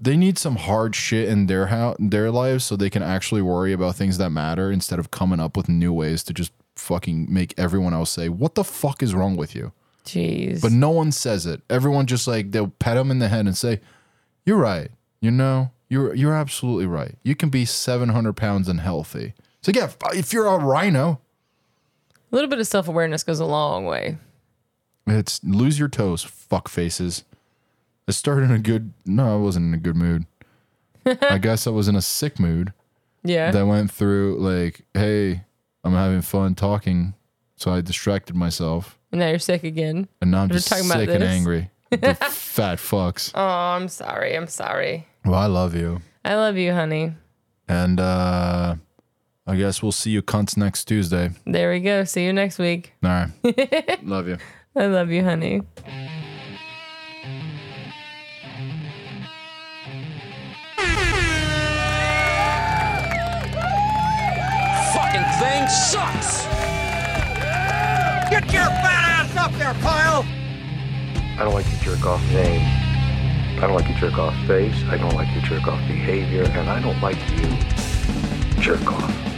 [SPEAKER 3] they need some hard shit in their how their lives so they can actually worry about things that matter instead of coming up with new ways to just fucking make everyone else say what the fuck is wrong with you.
[SPEAKER 4] Jeez.
[SPEAKER 3] But no one says it. Everyone just like they'll pat them in the head and say, "You're right. You know, you're you're absolutely right. You can be 700 pounds and healthy." So yeah, f- if you're a rhino,
[SPEAKER 4] a little bit of self awareness goes a long way.
[SPEAKER 3] it's lose your toes, fuck faces. I started in a good. No, I wasn't in a good mood. I guess I was in a sick mood
[SPEAKER 4] Yeah.
[SPEAKER 3] that went through like, "Hey, I'm having fun talking," so I distracted myself,
[SPEAKER 4] and now you're sick again.
[SPEAKER 3] and now I'm
[SPEAKER 4] We're
[SPEAKER 3] just
[SPEAKER 4] talking about
[SPEAKER 3] sick and
[SPEAKER 4] this.
[SPEAKER 3] angry. The fat fucks.
[SPEAKER 4] Oh, I'm sorry. I'm sorry.
[SPEAKER 3] Well, I love you.
[SPEAKER 4] I love you, honey.
[SPEAKER 3] And uh I guess we'll see you cunts next Tuesday.
[SPEAKER 4] There we go. See you next week.
[SPEAKER 3] All right. Love you.
[SPEAKER 4] I love you, honey.
[SPEAKER 2] Fucking thing sucks!
[SPEAKER 1] I don't like your jerk off name. I don't like your jerk off face. I don't like your jerk off behavior. And I don't like you jerk off.